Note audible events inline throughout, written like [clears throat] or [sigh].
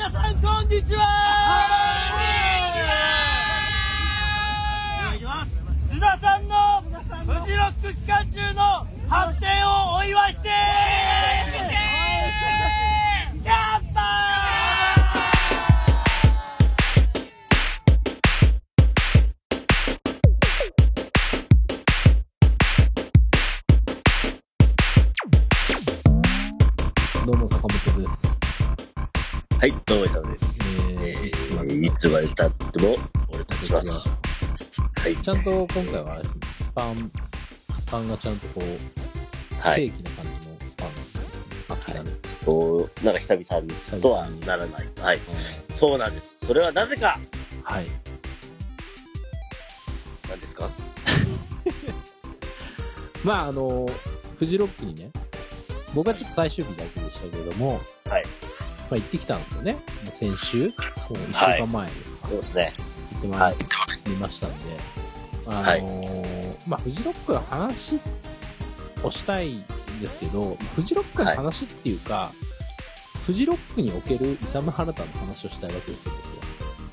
んにちはいただきます津田さんのフジロック期間中の発展をお祝いして乾杯どうも坂本です。はい、どうもいさんです。ええー、いつまでたっても、俺たちは、はい、ちゃんと今回はあれですね、スパン、スパンがちゃんとこう、は正い、規な感じのスパンなんですね。諦めてこう、なんか久々にとはならない。はい、そうなんです。それはなぜか、はい。なんですかまああの、フジロックにね、僕はちょっと最終日だけでしたけれども、はいまあ行ってきたんですよね。もう先週、もう1週間前ですか、そうですね。行ってまい、はいりましたんで、あのはいまあフジロックの話をしたいんですけど、フジロックの話っていうか、フジロックにおけるイサム・ハラタの話をしたいわけですよ、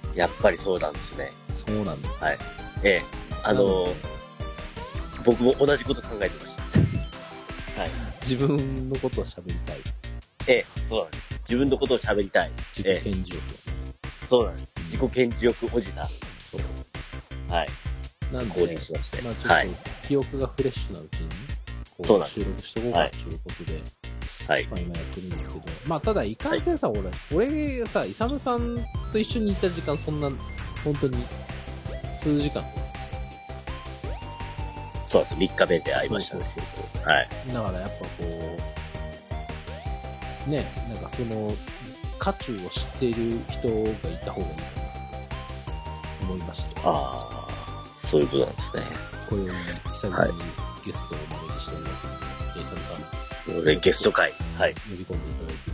僕はやっぱりそうなんですね。そうなんです。はいええあのー、僕も同じこと考えてました。自分のことを喋りたい。ええそうなんです。自分のことを喋りたい。自己ええ顕示欲。そうなんです。自己顕示欲おじさ。そうんはい、なん購で入、しまして。まあ、ちはょい、っと記憶がフレッシュなうちにね、こそうなんです収録しとこうかということで、はい、まあ、今やってるんですけど、まあ、ただ、いかんせんさ、俺、俺さ、イサムさんと一緒にいた時間、そんな、本当に、数時間。そうなんです。3日目で会いましたね。そうそうはい、そうだから、やっぱこう、ね、なんかその、渦中を知っている人がいた方がいいかなと思いました。ああ、そういうことなんですね。これを久々にゲストをお招きしておりますので、イサムさん俺、ゲスト会。はい。呼び込んでいただいてい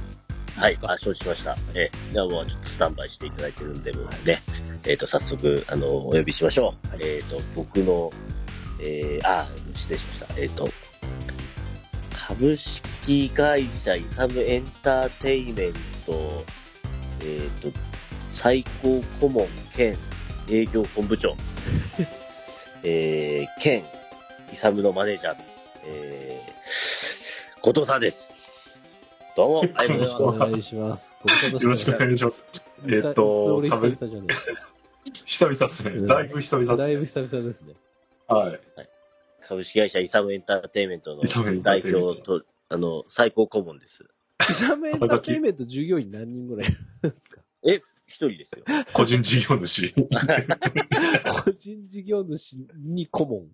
いはでいす、か。あ、承知しました。え、じゃあもうちょっとスタンバイしていただいてるんで、もうね、えっ、と、早速、あの、お呼びしましょう。えっ、と、僕の、えー、あ、失礼しました。えっ、と、株式会社イサムエンターテイメント、えっ、と、最高顧問兼営業本部長、 [laughs] えー、兼イサムのマネージャー、えー、後藤さんです。[laughs] どうも、ありがとうございまおす。願いします。よろしくお願いしします。まえっと、久多々分じゃね久々ですね。だいぶ久え。々だいでぶす久々ですね。ね。はい。株式会社イサムエンターテイメントのイサムエンタ代ーテイメント表と、あの、最高顧問です。イサムエンターテインメント従業員何人ぐらいいるんですか一人ですよ。個人事業主。個人事業主に顧問、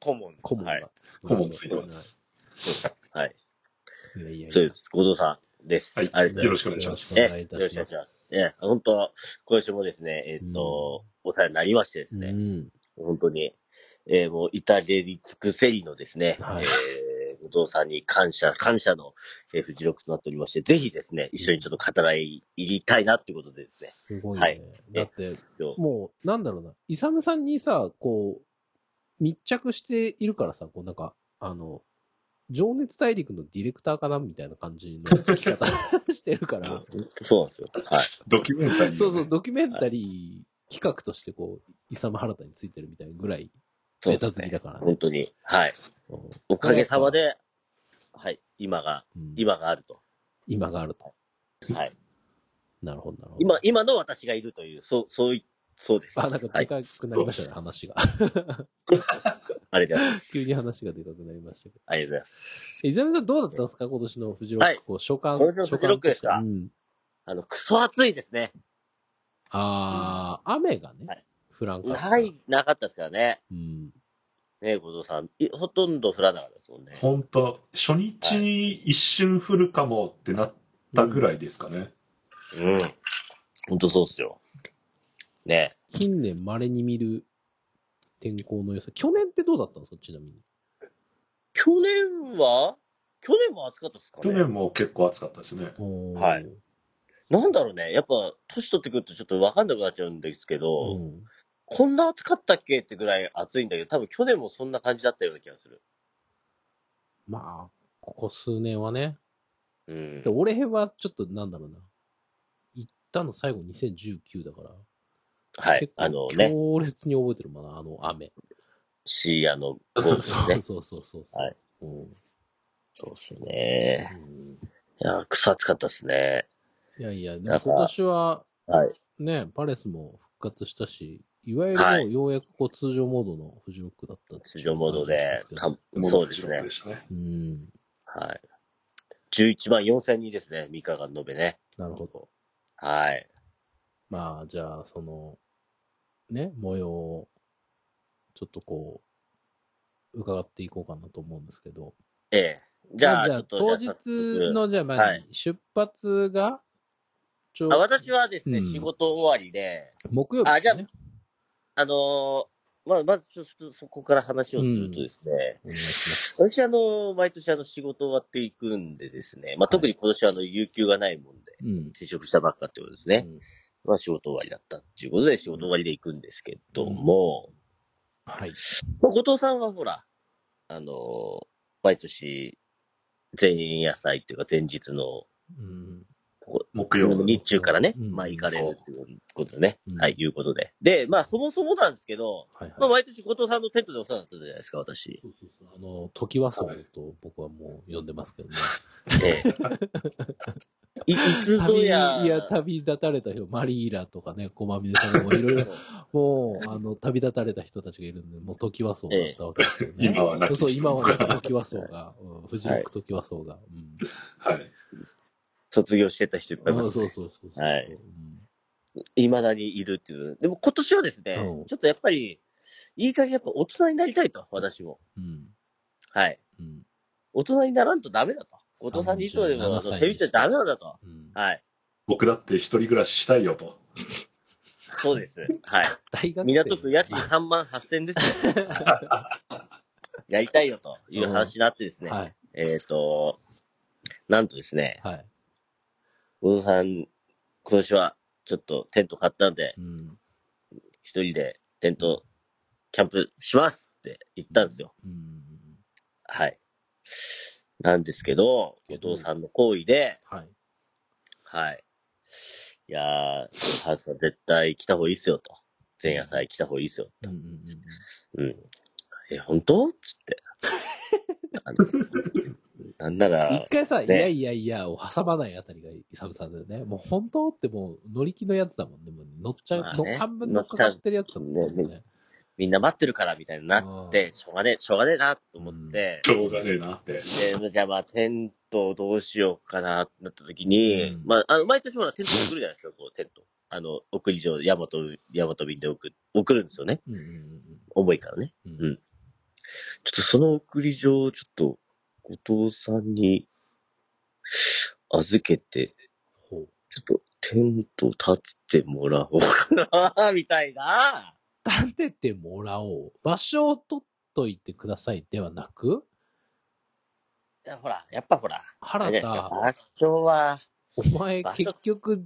顧問。顧問が。はい。顧問ついてます。はい。いやいやいや。そうです。後藤さんです。はいありがとうございますよろしくお願いしますよえろしくお願よろいいしくおた願いししま。ますえ、本当、今週もですね、えっと、お世話になりましてですうね、ん。本当に、えーもう、至れり尽くせりのですね、はいえー後藤さんに感謝、感謝の、えー、フジロックとなっておりまして、ぜひですね、一緒にちょっと語らい、入りたいなってことでですね、すごいはねい。だって、今日もう、なんだろうな、イサムさんにさ、こう、密着しているからさ、こうなんか、あの、情熱大陸のディレクターかなみたいな感じの付き方 [laughs] してるから、そうなんですよ。はい。ドキュメンタリー、そうそう、。ドキュメンタリー企画としてこう、イサム原田についてるみたいなぐらい、そうネでタす好きね。だからね。本当に。はい。うんおかげさまで、はい、今が、うん今があると。今があると。はい。なるほど、なるほど。今、今の私がいるという、そう、そうい、そうです。あ、なんかはでい。かくなりましたね、話が。 [laughs] ありがとうございます。急に話がでかくなりましたけど。ありがとうございます。えイザミさんどうだったんですか今年のフジロッはいク、こう初感。今年の初感フジロックですかとしてうん。あの、クソ暑いですね。ああ、雨がはねい、降らんかった。ない。、なかったですからね。うん。ねえ、後藤さん。いほとんど降らなかったですもんね。本当初日に一瞬降るかもってなったぐらいですかね。うん。ほんとそうっすよ。ねえ近年稀に見る天候の良さ。去年ってどうだったんですかちなみに。去年は去年も暑かったですかね去年も結構暑かったですね。おーはい。なんだろうね。やっぱ、年取ってくるとちょっとわかんなくなっちゃうんですけど、うんこんな暑かったっけってぐらい暑いんだけど、多分去年もそんな感じだったような気がする。まあ、ここ数年はね。うんで。俺はちょっとなんだろうな。行ったの最後2019だから。はい結。構あのね、強烈に覚えてるもんな、あの雨。。シーアのゴールです [laughs] ねそうそうそうそう。はいうん。うんそうですよね。いや、草暑かったですね。いやいや、でなもんか今年は、はい。ね、パレスも復活したし、いわゆるはもいうようやくこう通常モードのフジロックだったって出いう場モードで、た感じもそうですねで。したね。けどうん。はい。11万4000人ですね、三河が延べね。なるほど。はい。まあ、じゃあ、その、ね、模様を、ちょっとこう、伺っていこうかなと思うんですけど。ええ。じゃまあ、じちゃょあっと、当じゃあ日早速の、じゃあ、まあ、はい出発が、ちょあ私はですね、うん仕事終わりで、木曜日ですね。あのーまあ、まずちょっとそこから話をするとですね、お願いします。私、あの、毎年あの仕事終わっていくんでですね、まあ、い特に今年はあの、有給がないもんで、うん。転職したばっかってことですね。うんまあ、仕事終わりだったっていうことで、仕事終わりで行くんですけども、はい。まあ、後藤さんはほら、あのー毎年、前夜祭っていうか前日の、うん。木曜う日ん日中からね、うんまあ行かれるっていうことでね、うんはい、いうことで。で、まあそもそもなんですけど、はいまあはい。毎年後藤さんのテントでお世話になったじゃないですか、私。そうそうそう。あの、時はそうと僕はもう呼んでますけどね。 [laughs] ええいいつぞ旅にいや、や、旅立たれた人、マリーラとかね、コマミネさんもいろいろ、もう、あの、旅立たれた人たちがいるんで、もう時はそうだったわけですよね。今はなきそう、今はなきは時はそうが、うん、フジロック時はそうが。うんい。卒業してた人いっぱいいまうんす、そねう。そうそうそう。はいうんいまだにいるっていう。でも今年はですね、うんちょっとやっぱり、いい加減やっぱ大人になりたいと、私も。うん。はい。うん。大人にならんとダメだと。後藤さんにいつまでも37歳にしてセビちゃダメなんだと。うんはい。僕だって一人暮らししたいよと。そうです。はい。大学生港区家賃3万8000ですよ。やりたいよという話になってですね、はい。えっ、と、なんとですね、はい。小野さん、今年はちょっとテント買ったんで、うん。一人でテントキャンプしますって言ったんですよ。うん。はい。なんですけど、けど後藤さんの行為で、はい。はい。いやー、ハーツさん絶対来た方がいいっすよと。前夜祭来た方がいいっすよ。うんうんうんうん。うん。え、本当っつって。あのなんなら一、回さ、ねいやいやいやを挟まないあたりがイサムさんだよね。もう本当ってもう乗り気のやつだもんね。もう乗っちゃう、まあねの半分乗っかかってるやつだもんね。乗っちゃうみんな待ってるからみたいになって、しょうがねえ、しょうがねえなと思って、しょうがねえなって。で、じゃあまあ、テントをどうしようかなってなった時に、うんまあ、あの、毎年ほらテント送るじゃないですか、こう、テント。あの、送り状、ヤマト、ヤマト便で送、送るんですよね。うんうん重いからね。うんうん。うんちょっとその送り状をちょっと、後藤さんに預けて、ほう。ちょっとテント立ててもらおうかな、みたいな。立ててもらおう。場所を取っといてくださいではなく、いやほら、やっぱほら、あ原れじゃないです田か、場所は、お前場所結局、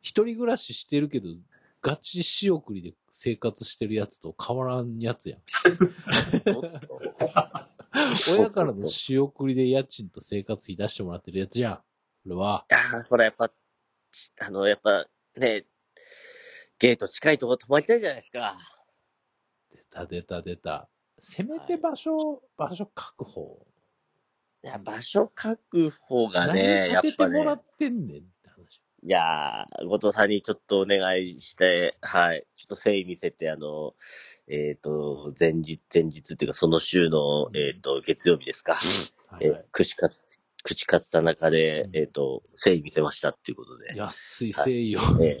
一人暮らししてるけど、ガチ仕送りで生活してるやつと変わらんやつやん。おっと親からの仕送りで家賃と生活費出してもらってるやつじゃん。これは。いやーほら、やっぱ、あの、やっぱね、ゲート近いとこ泊まりたいじゃないですか。出た出た出た。せめて場所、場所確保。いや、場所確保がね、何やっ立ててぱもらねっ、てんねんって話。いやー後藤さんにちょっとお願いして、はい、ちょっと誠意見せて、あの、えっ、と、前日、前日っていうか、その週の、えっ、と、月曜日ですか。はいえはー、串カツ、串カツ田中でう、んえっ、と、誠意見せましたっていうことい。で。安い誠意を。えー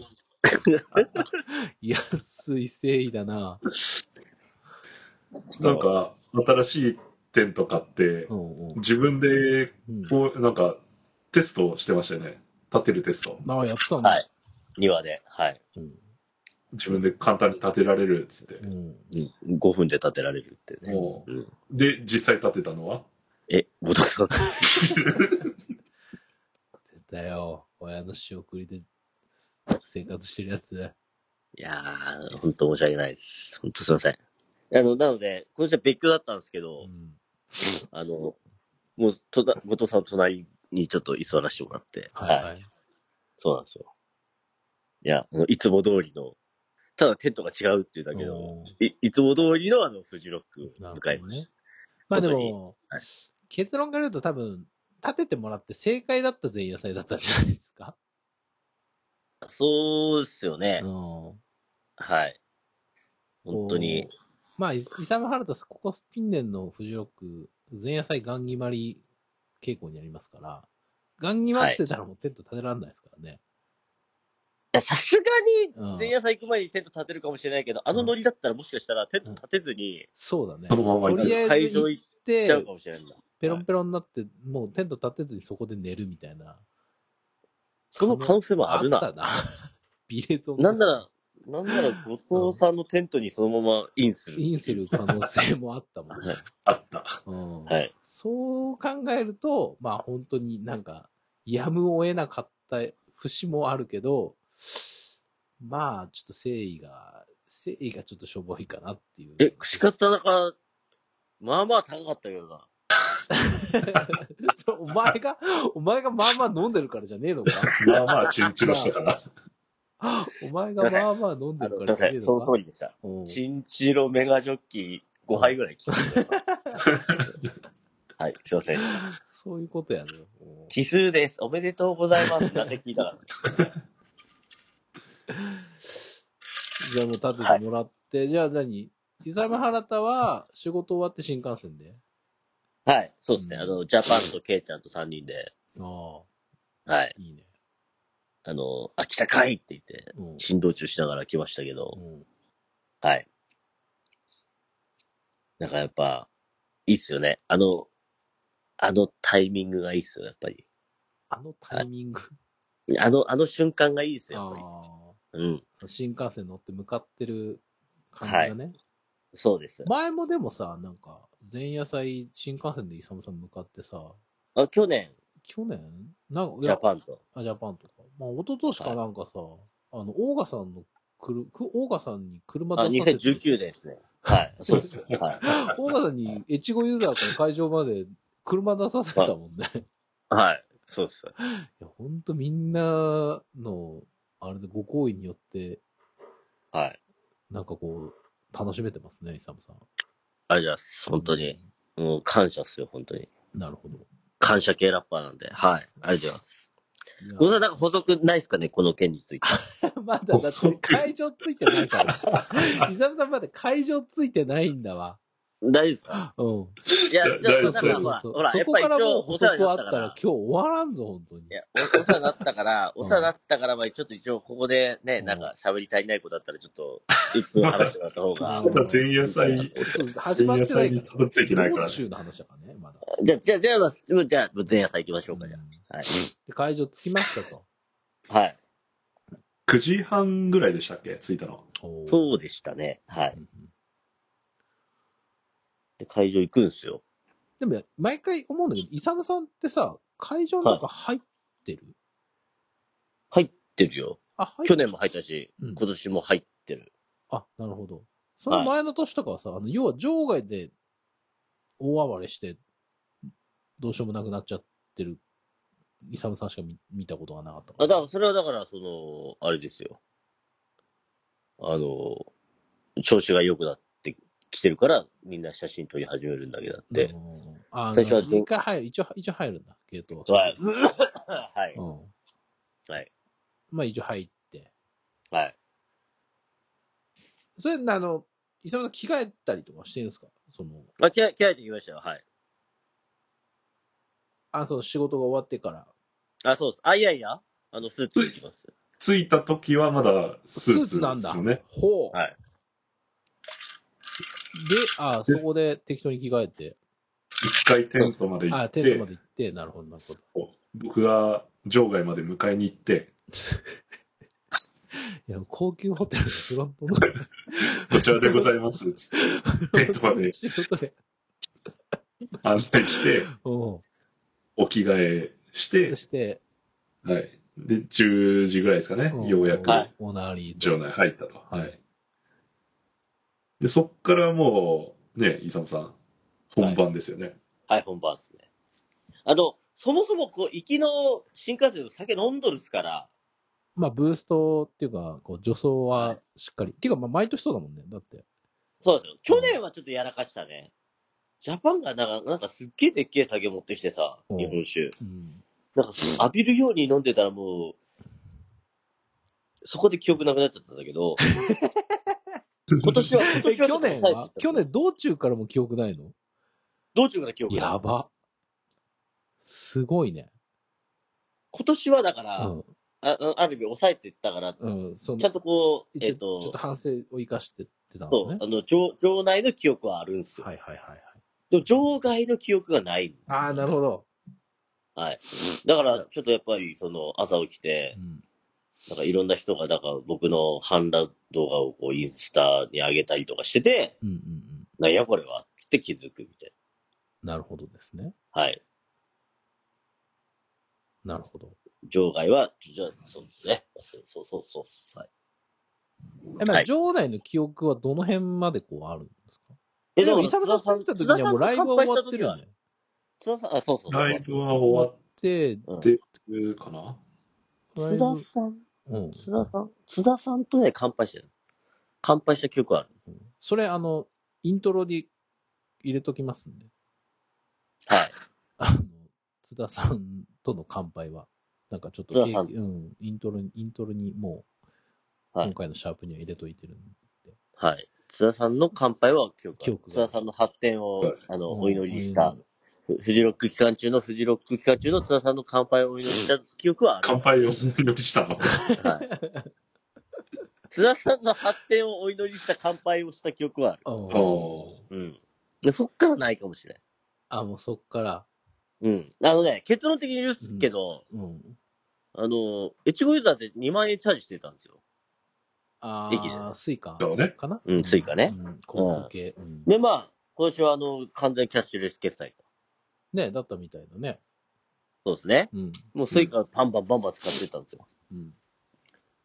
[laughs] 安い誠意だな。なんか、新しいテント買ってう、んうん自分で、うん。こう、なんか、テストしてましたよね。立てるテスト。まあ、やってたね。はい庭で、はい、うん自分で簡単に立てられるっつってう。ん。うん。5分で建てられるってね。もううん、で、実際立てたのはえ、後藤さん、 [laughs] 出たよ。親の仕送りで生活してるやつ。いやー、ほんと申し訳ないです。ほんとすいません。あの、なので、今年は別居だったんですけうど、ん。あの、もう、とだ、後藤さんの隣にちょっと居座らせてもらって、はいはい。はい。そうなんですよ。いや、あのいつも通りの、ただテントが違うっていうだけの、うんいいつも通りのあの、フジロックを迎えました。まあで本当にも、は結論から言うと多分、立ててもらって正解だった前夜祭だったんじゃないですか。そうっすよねう。ん。はい。本当にこ。う。まあ、イサムハルタス、ここ近年のフジロック、前夜祭ガンギマリ傾向にありますから、ガンギマってたらもうテント立てられないですからね。いやさすがうんに、前夜祭行く前にテント立てるかもしれないけど、あのノリだったらもしかしたらテント立てずに、そうだね。そのままと行くりあえ会ず場行行っってちゃうかもしれないんだ。ペロンペロンになって、もうテント立てずにそこで寝るみたいな。その可能性もあるあったな。な。 [laughs] ビレゾンですなんなら、なんなら、後藤さんのテントにそのままインする。インする可能性もあったもんね。あった。 [laughs] うんはいそう考えると、まあ本当になんか、やむを得なかった節もあるけど、まあちょっと誠意が、誠意がちょっとしょぼいかなっていう。え、串カツ田中、まあまあ高かったけどな。 [laughs] それお前が、お前がまあまあ飲んでるからじゃねえ [laughs] のかまあまあ、チンチロし [laughs] たから。お前がまあまあ飲んであるからのすいまじゃせねえん、のそかの通りでした。うんチンチロメガジョッキー5杯ぐらい来 [laughs] た。はい、すいませんでした。そういうことやね。うん奇数です。おめでとうございます。なんて聞 [laughs] いたら。じゃあもう立ててもらって、じゃあ何イサムハラタは仕事終わって新幹線で。はい、そうですね。うんあの、ジャパンとケイちゃんと3人で、あはいあ、、いいね。あの、あ、来たかいって言って、うん振動中しながら来ましたけどう、んはい。なんかやっぱ、いいっすよね。あの、あのタイミングがいいっすよ、やっぱり。あのタイミング。あの、あの瞬間がいいっすよ、やっぱり。あうん。あ、新幹線乗って向かってる感じがね。そうです。前もでもさ、なんか、前夜祭、新幹線でイサムさん向かってさ、あ去年、去年なんか、いジやャパンと。あジャパンとか。まあ、一昨年かなんかさ、あの、オーガさんのくる、くオーガさんに車あ、出させて。 2019年ですね。はい。そうです。はい。オーガさんに、越後ユーザーから会場まで車出させたもんね。いはい。そうです。や、ほんとみんなの、あれでご好意によって、はい。なんかこう、楽しめてますね、イサムさん。ありがとうございます。本当に。。もう感謝っすよ、本当に。なるほど。感謝系ラッパーなんで。はい。ありがとうございます。いやごさん、なんか補足ないですかね、この件について。まだだって会場ついてない [laughs] から。イサムさんまだ会場ついてないんだわ。大丈夫ですかうん。いや、じゃあ、大丈な夫んですかまあ、そほら、そやっこぱかりら今日もうお補世話足になあっったたからら今。日終わらんぞ、本当にい。や、お [laughs] お世話になったから、お世話になったから、まあ、ちょっと一応ここでね、うんなんか喋り足りない子だったら、ちょっと、1分 [laughs] 話してもらった方あがー。前夜祭、そう始ま前っ夜てな祭いにかたどり着いてら。ないから道ね。中の話だからね、まだ。 [laughs] じゃあ、じゃあ、じゃあ、まあじゃあ、じゃあ前夜祭行きましょうか、じゃうんあ。はい。で会場着きましたと。はい。 9時半ぐらいでしたっけ着いたの。おーそうでしたね。はい。うんうんで、会場行くんすよ。でも、毎回思うんだけど、イサムさんってさ、会場の中入ってる、入ってるよ。あ、入って去る。年も入ったし、うん今年も入ってる。あ、なるほど。その前の年とかはさ、あの要は場外で大暴れして、どうしようもなくなっちゃってる、イサムさんしか見見たことがなかったあ、だから、それはだから、その、あれですよ。あの、調子が良くなってきてるから、みんな写真撮り始めるんだけどっうて。んあ最初はなんか一回入る、一応、一応入るんだ、ゲートは。はい。はい。うはい。ん。まあ一応入って。はい。それ、あの、イサムさん着替えたりとかしてるんですかその、あ、気合い、気合いてきましたよ。はい。あ、その仕事が終わってから。あ、そうです。あ、いやいや。あの、スーツ着てます。着いた時はまだススーーツツなんでだ。すよね。ほう。はいで、あ、そこで適当に着替えて。一回テントまで行あ、っテントてま、で行って、なるほど、なるほど。僕が場外まで迎えに行って、いや、高級ホテルのフロン [laughs] トのこちらでございます。つ [laughs] ってテントまで仕事で。案内して、うお着替えしてん。、して、はい。で、10時ぐらいですかねん。ようやく、はいおなりと。場内入ったと。はい。で、そっからもう、ね、イサムさん、本番ですよね。はい、本番ですね。あの、そもそも、こう、行きの新幹線の酒飲んどるっすから、まあ、ブーストっていうか、こう、助走はしっかり。っていうか、まあ、毎年そうだもんね。だって。そうですよ。去年はちょっとやらかしたね。ジャパンがなんか、なんかすっげえでっけえ酒持ってきてさ、うん日本酒。うん。なんか浴びるように飲んでたらもう、そこで記憶なくなっちゃったんだ [laughs] けど、今年は、今え、年は去年は去年、道中からも記憶ないの道中から記憶なやい。ば。すごいね。今年はだから、うん。ああある意味抑えていったから、うん。そのちゃんとこう、え一っ、応ちょっとと、反省を生かしてってたんでそう、すあの、場場内の記憶はあるんですね。よ。はいはいはいはい。でも、場外の記憶がない。ああ、なるほど。はい。だから、ちょっとやっぱり、その、朝起きてう、ん。なんかいろんな人が、なんか僕の反乱動画をこう、インスタに上げたりとかしてて、うんうんうん。なんやこれはって気づくみたいなるほどですね。な。はい。なるほど。場外は、じゃあ、そうですね。そうそうそうそう。はい。え、まはあ、い場内の記憶はどの辺までこうあるんですかええ、でも、イサムさん着いた時にはもうライブは終わってるよ。ね。津田さん、あ、そうそうそう。ライブは終わっで、てるかなライ津田ブ、さん、うん。津田さん、津田さんとね、乾杯してる。乾杯した記憶ある。それ、あの、イントロに入れときますんで。はい。あの、津田さんとの乾杯は。なんかちょっと、津田さんうん、イントロに、イントロにもう、はい今回のシャープには入れといてるんで。はい。津田さんの乾杯は記憶あ記る憶。が津田さんの発展をはい、あの、うんお祈りした。ふフジロック期間中の、フジロック期間中の津田さんの乾杯をお祈りした記憶はある。乾杯をお祈りしたの。 [laughs] はい。津田さんの発展をお祈りした乾杯をした記憶はある。あお [laughs] うん。でそっからないかもしれない。あ、もうそっから、うん。あのね、結論的に言うけど、うん。あの、越後湯沢で2万円チャージしてたんですよ。駅あであ、スイカそうねかなうんスイカね。うん交通系。うんで、まあ、今年はあの、完全キャッシュレス決済と。ね、だったみたいだね。そうですね。うん。もうスイカバンバンバンバン使ってたんですよ。うん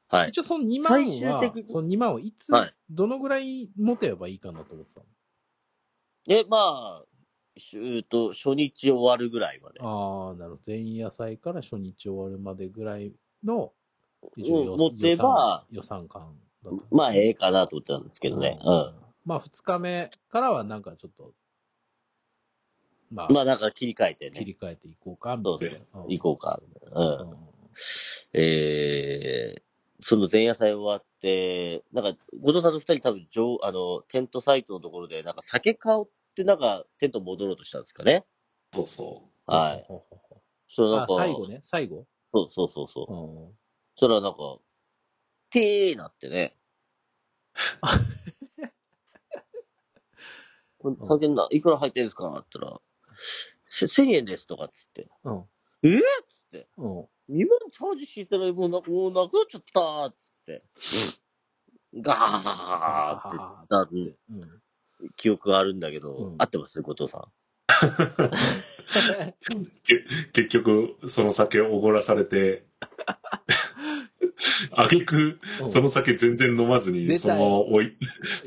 はい。一応その2万最終は的、にその2万をいつはい、どのぐらい持てばいいかなと思ってたので、まあ、しゅうと、初日終わるぐらいまで。ああ、なるほど。前夜祭から初日終わるまでぐらいの、うん持てば予算予算感だった。まあ、ええかなと思ってたんですけどね。うん。まあ、2日目からはなんかちょっと、まあ、まあ、なんか切り替えて切ね。り替えていこうか、みそうたでいすなね。うん行こうか。うん。うんえー、その前夜祭終わって、なんか、後藤さんと二人多分上、あの、テントサイトのところで、なんか酒買おうって、なんか、テント戻ろうとしたんですかね。そうそはい。ほうほうほうそれなんあ、か、最後ね、最後。そうそうそうそうう。んそれはなんか、ピーなっ [laughs] てね。これ酒ないくら入ってるんですかって言ったら、せ1000円ですとかっつって。うん。えーっつって。うん。 2万チャージしてたらもうなもうなくなっちゃったーっつって。ガーって言ったうん。記憶があるんだけど、うん合ってます後藤さん。う。結局、その酒をおごらされて、あげく、その酒全然飲まず出たよに、そのまま置い、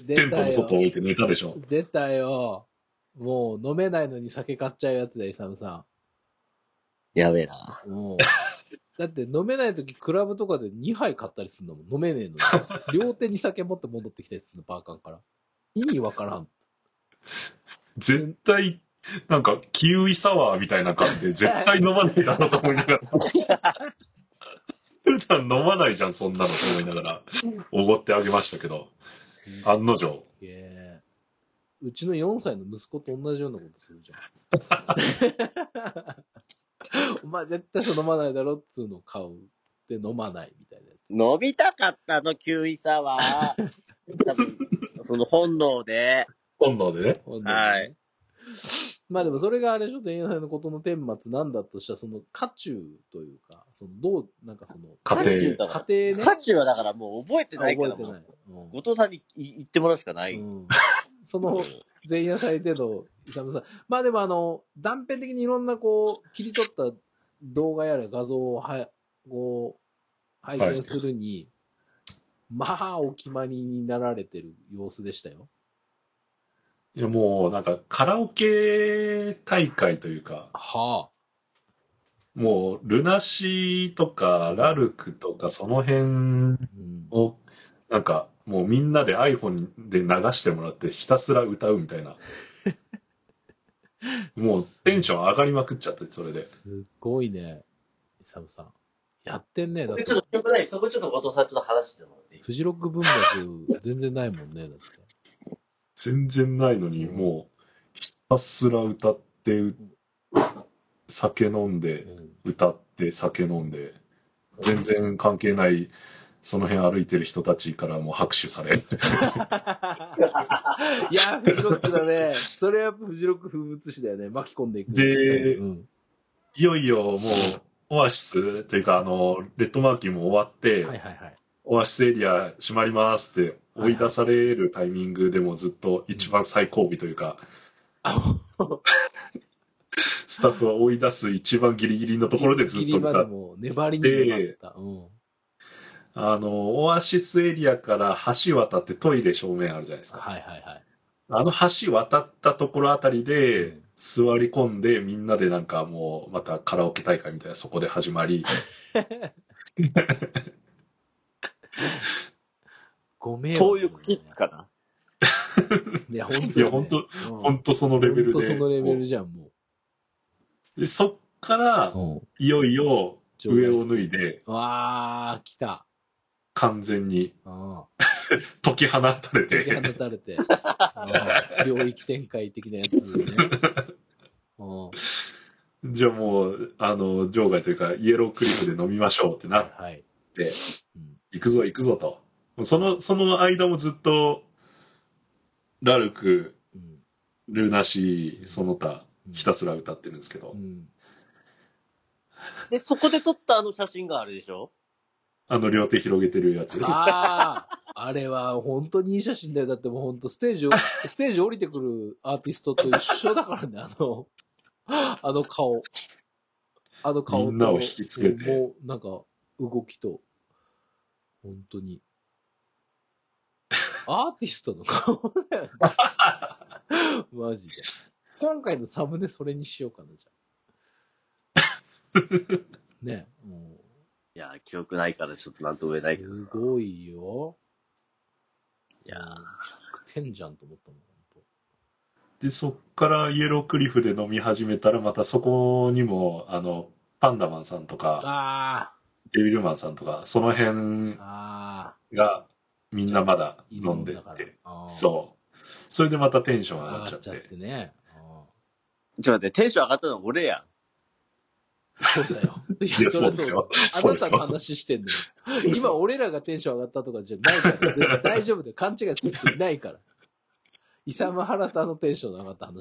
テントの外置いて寝たでしょ。出たよ。もう飲めないのに酒買っちゃうやつだよ、イサムさやべ [laughs] えな。ん。もう。だって飲めない時クラブとかで2杯買ったりするのもん。飲めねえのに。両手に酒持って戻ってきたりするの、バーカンから。意味わからん。絶対、なんか、キウイサワーみたいな感じで、絶対飲まないだろうと思いながら。普段飲まないじゃん、そんなのと思いながら、おごってあげましたけど、案の定。いえうちの4歳の息子と同じようなことするじゃん。 [laughs] お前絶対そう飲まないだろっつうのを買うで飲まないみたいなやつ。飲みたかったの、キウイサワー。多分その本能で。本能でね。本当にねはい。まあでもそれがあれでしょ、伝さんのことの顛末なんだとしたら、その家中というか、そのどう、なんかその、家家庭庭家庭ね。カッチはだからもう覚えてないから覚えてもなう、い。うん後藤さんにい言ってもらうしかない。うんその前夜祭でのイサムさん。まあでもあの、断片的にいろんなこう、切り取った動画やら画像をは、こう、拝見するに、まあお決まりになられてる様子でしたよ。いや、もう、なんか、カラオケ大会というか、はもう、ルナシーとか、ラルクとか、その辺うんを、なんか、もうみんなで iPhone で流してもらって、ひたすら歌うみたいな。もうテンション上がりまくっちゃって、それで。すっごいね、イサムさん。やってんね、だってちょ。っと記憶ない。そこちょっと後藤さんちょっと話してもらっていいフジロック文学全然ないもんね、だって。全然ないのに、もう、ひたすら歌って、う酒飲んで、うん歌って酒飲んで全然関係ないその辺歩いてる人たちからもう拍手されいやー、フジロックだね。それはやっぱフジロック風物詩だよね。巻き込んでいく。でうん。 [laughs] いよいよもうオアシスというかあのレッドマーキーも終わって、はいはいはい。オアシスエリア閉まりますって追い出されるタイミングでもずっと一番最後尾というか、あ、もうスタッフは追い出す一番ギリギリのところでずっとギリギリま歌でっもう粘りに粘った。うん。あのオアシスエリアから橋渡ってトイレ正面あるじゃないですかはいはいはい。あの橋渡ったところあたりうでん、座り込んで、みんなでなんかもう、またカラオケ大会みたいな、そこで始まり、ごめん。そういうキッズかな。いや、本当に、いや本当うんほんとそのレベルほんで。とそのレベルもじゃん、もうでそっから、う。いよいよ、うん上を脱いで、わー、来た。完全にうん。解き放た解れきて、放たれて。うん領域展開的なやつね。うん。 [laughs] じゃあもう、あの、場外というか、イエロークリフで飲みましょうってなっはい。て、うん行くぞ行くぞと。その、その間もずっと、ラルク、うん。ルナシー、その他、ひたすら歌ってるんですけど、うん。で、そこで撮ったあの写真があるでしょあの両手広げてるやつ。ああ、あれは本当にいい写真だよ。だってもう本当ステージ [laughs] を、ステージ降りてくるアーティストと一緒だからね、あの、あの顔。あの顔とみんなを引きつけてもうなんか、動きと、本当に。アーティストの顔だよね。 [laughs] マジで。今回のサムネそれにしようかな、じ [laughs] ゃあ。ね、もう。いや、記憶ないからちょっとなんとも言えないけどさ。すごいよ。いやー100点じゃんと思ったもん、本で、そっからイエロークリフで飲み始めたら、またそこにも、あの、パンダマンさんと当。か、あデビルマンさんとか、その辺あ、ああ、がみんなまだいい飲もんでっだからて。。あーそう。それでまたテンション上上がっちがゃっっ。ちゃっててね。あちょっと待って、テンション上がったの俺やん。ーそうだよ。いいや、そうですよ。あそなうですたのよ。話してんのよ。そうです今、よ俺らがテンション上がったとかじゃないから、絶対大丈夫だよ。勘違いする人いないから。イサム・ハラタのテンションの上がった話。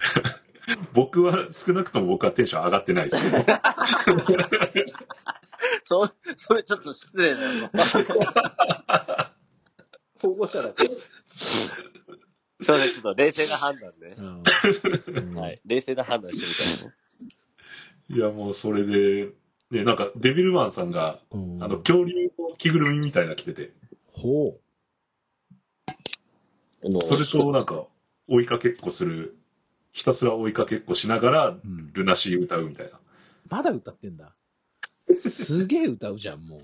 僕は、少なくとも僕はテンション上がってないです。 [laughs] そ、それちょっと失礼だよ。保護者だから。それちょっと冷静な判断ね。うんは。い。冷静な判断してみいや、もうそれで、ね、なんか、デビルマンさんが、うんあの、恐竜の着ぐるみみたいなの着てて、ほたいな。それとなんか、追いかけっこする、ひたすら追いかけっこしながらう。、うんルナシー歌うみたいな。まだ歌ってんだ。すげえ歌うじゃん、もう。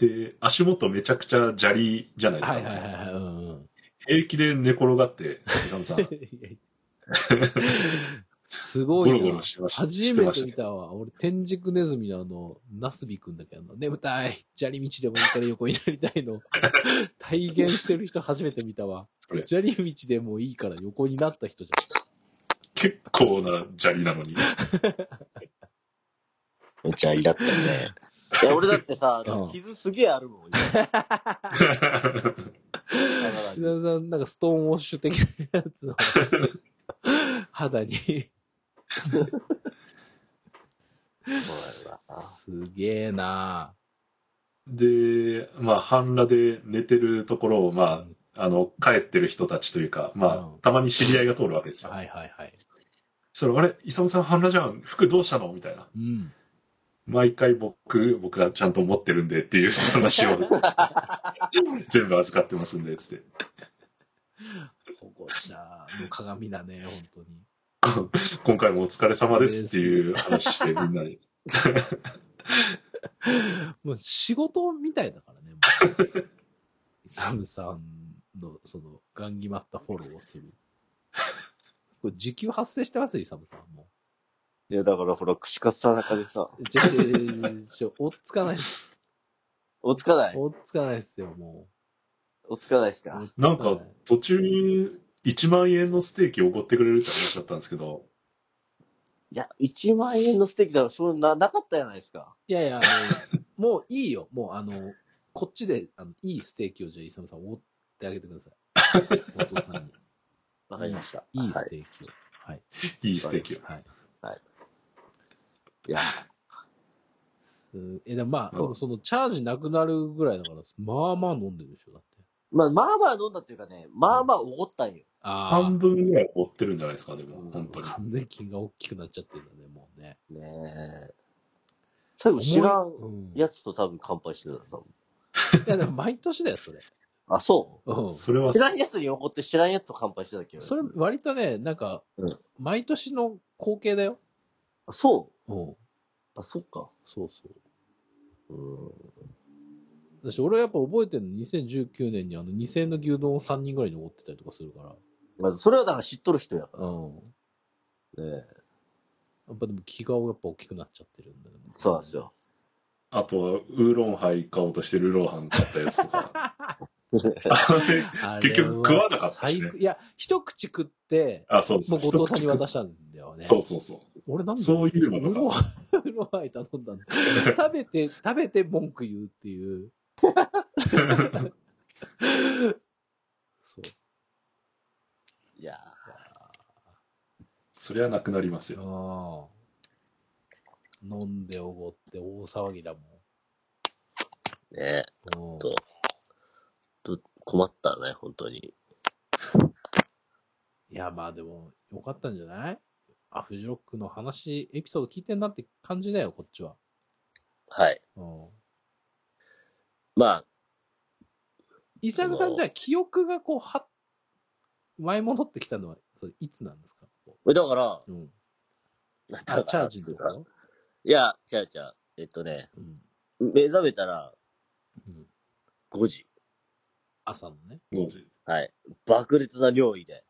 で、足元めちゃくちゃ砂利じゃないですはか。いはいはいはい。うんうん。、平気で寝転がって、イサムさん [laughs] すごゴいロな。ゴロしてました。初してめまてし見たねたわ。俺、天竺ネズミのあの、ナスビくんだけど、眠たい。砂利道でもいいから横になりたい [laughs] の。体現してる人初めて見たわそ。れ砂利道でもいいから横になった人じ結構な砂利なの [laughs] に。めっちゃありだったね。いや、俺だってさ、なんか傷すげえあるもん。[laughs] ゃん。なななんかストーンウォッシュ的なやつの肌に。そうだすげえなで、まあ、半裸で寝てるところを、まあ、あの、帰ってる人たちというか、まうんあ、たまに知り合いが通るわけですよ。はいはいはい。それ、あれ、イサムさん半裸じゃん。服どうしたのみたいな。うん。毎回僕、僕がちゃんと持ってるんでっていう [laughs] 話を、全部預かってますんで、つって。保護者の鏡だね、本当に。今回もお疲れ様ですっていう話してみんなに。 [laughs] もう仕事みたいだからね。も [laughs] うイサムさんの、その、ガン決まったフォローをする。これ時給発生してますよ、イサムさん。もいや、だからほら、串カツ田中でさ、 [laughs] う。ちょ、ちょ、ちょ、追っつかないです。追っつかない追っつかないですよ、も追っつかないっすう。か追っつなんいか途中に1万円のステーキおごってくれるって話だったんですけど、いや、1万円のステーキだろ、そんな、なかったじゃないですか。いやいや、あの、もういいよ。もう、あの、こっちで、あの、いいステーキをじゃあ、イサムさん、おごってあげてくださ [laughs] い。お父さんわかりました。に。いいはステい。ーキを。はい。いいステーキを。はい。いや、うんえ、でもまあ、うんでもその、チャージなくなるぐらいだから、まあまあ飲んでるでしょ、だって。まあ、まあまあ飲んだっていうかね、まあまあおごったんよ。あ半分ぐらいおってるんじゃないですか、でも、本当に。完全金が大きくなっちゃってるんだね、もうね。ねえ。最後知らん重いうん、いや、やつと多分乾杯してたと思う。でも毎年だよ、それ。あ、そううん。それは知、らんやつに怒って知らんやつと乾杯してたけど。それ、割とね、なんかうん、毎年の光景だよ。あ、そうん。うあ、そっか。そうそう。うん。私、俺はやっぱ覚えてるの、2019年にあの、2000円の牛丼を3人ぐらいに奢ってたりとかするから。まあ、それはだから知っとる人やかうん。らね。やっぱでも気がやっぱ大きくなっちゃってるんだよね。そうなんですよ。あとは、ウーロンハイ買おうとしてルーローハン買ったやつとか。 [laughs] あれあれは結局食わなかったしね最高いや、一口食って、あ、そうそもう。う後藤さんに渡ししたんだよね。そうそうそ俺なんう。でそういうのうとか。ろはい頼んだんだ。 [laughs] 食べて、食べて文句言うっていう。そう。いやそりゃなくなりますよ。ああ。飲んでおごって大騒ぎだもーねえ。ん。うんとと困ったね、本当に。いや、まあでも、よかったんじゃないあ、フジロックの話、エピソード聞いてんなって感じだよ、こっちは。はい。うん。まあ、イサムさそん、のじゃあ記憶がこう、は、舞い戻ってきたのは、それいつなんですかこえだから、ううん。だかあ、らチャージのか。頃いや、違う違う。えっとね、うん。目覚めたらうん。 5時。朝のね。当時はい。爆裂な料理で。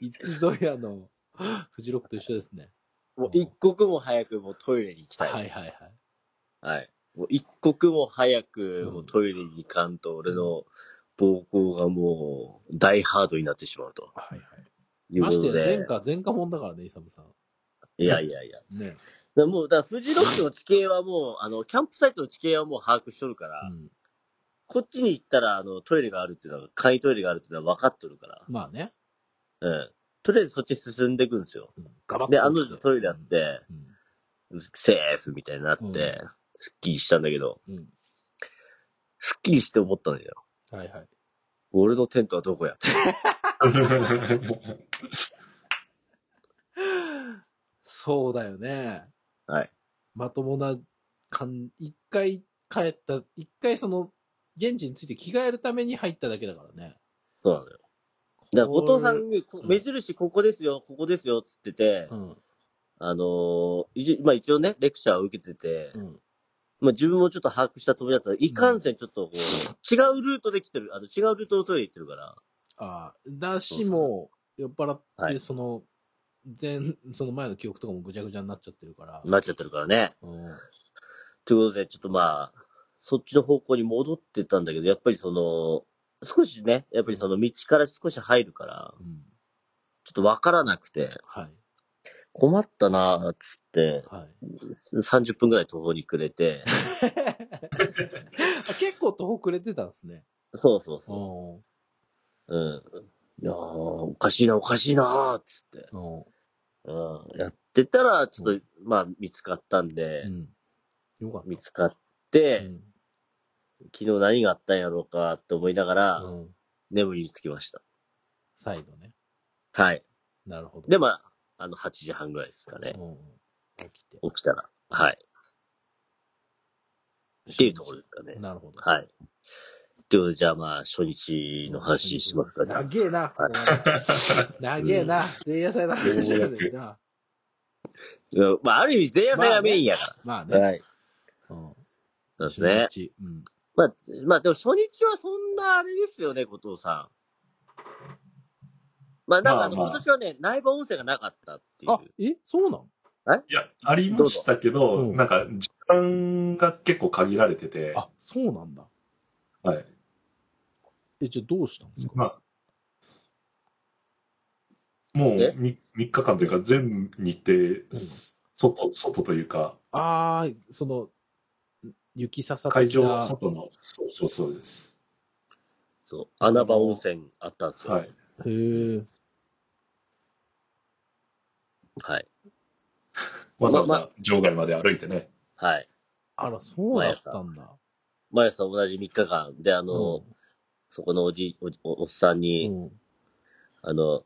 いつぞやの、フジロックと一緒ですね。もう一刻も早くもうトイレに行きた。はいいは。はいいはい。もう一刻も早くうんもうトイレに行かんと、俺の膀胱がもう大ハードになってしまうとはいはい。いうこましてとや、前で。科、前科本だからね、イサムさん。いやいやいや。だかね。らもう、だからフジロックの地形はもう、あの、キャンプサイトの地形はもう把握しとるから、うん。こっちに行ったら、あの、トイレがあるっていうのは、簡易トイレがあるっていうのは分かっとるから。まあね。うん。とりあえずそっち進んでいくんですよ。うんガバッとで、あ起のきてトイレあって、セーフみたいになって、うんすっきりしたんだけど、うん。うん。すっきりして思ったんだよ。はいはい。俺のテントはどこやとそうだよね。はい。まともな感、一回帰った、一回その、現地について着替えるために入っただけだからね。そうなのよ。だから、後藤さこんに、こうん目印ここですよ、ここですよ、つってて、ううん。あのー一応まあ一応ね、レクチャーを受けてて、うん。まあ自分もちょっと把握したつもりだったら、いかんせんちょっとこう、違うルートで来てる、あの、違うルートのトイレ行ってるから、ああ、だしも、酔っ払っはて、いその、前、その前の記憶とかもぐちゃぐちゃになっちゃってるから。なっちゃってるからね。うん。ということで、ちょっとまあ、そっちの方向に戻ってったんだけど、やっぱりその、少しね、やっぱりその道から少し入るから、うん。ちょっとわからなくて、はい。困ったなーっつって、はい。 30分ぐらい途方に暮れて、あ結構徒歩くれてたんですね。そうそううそん。う。うん。いやー、おかしいな、おかしいなーっつって、うん。うん。やってたら、ちょっと、まあ、見つかったんで、うん。よかった。見つかっうて、ん。昨日何があったんやろうかって思いながら、うん。眠りにつきました。再度ね。はい。なるほど。で、も、まあ、あの、8時半ぐらいですかね。うん。起きて。起きたら。はい。っていうところですかね。なるほど。はい。ってことで、じゃあまあ、初日の話しますか、じゃあ。長えな、ここはね長えな、前夜祭の話やねんな。うんまあ、ある意味、前夜祭がメインやかまあら。ね。はい。うんそうですね。初日うん。まあ、まあでも初日はそんなあれですよね、後藤さん。まあなんかあの、まあまあ今年はね、内場温泉がなかったっていう。あ、えそうなんいや、ありましたけど、どうぞうんなんか、時間が結構限られてて、あ、そうなんだ。はい。え、じゃあどうしたんですかまあ、もうえ 3, 日間というか、全日程、外、外というか、あー、その、雪ささ会的場なは外の、そうそうそうです。そう、穴場温泉あったんですよ。はい。へーはい。わざわまざ場外まで歩いてね。はい。あら、そうだったんだ。毎朝同じ3日間で、あうの、そこのおじ、おじおおっさんんに、うんあの、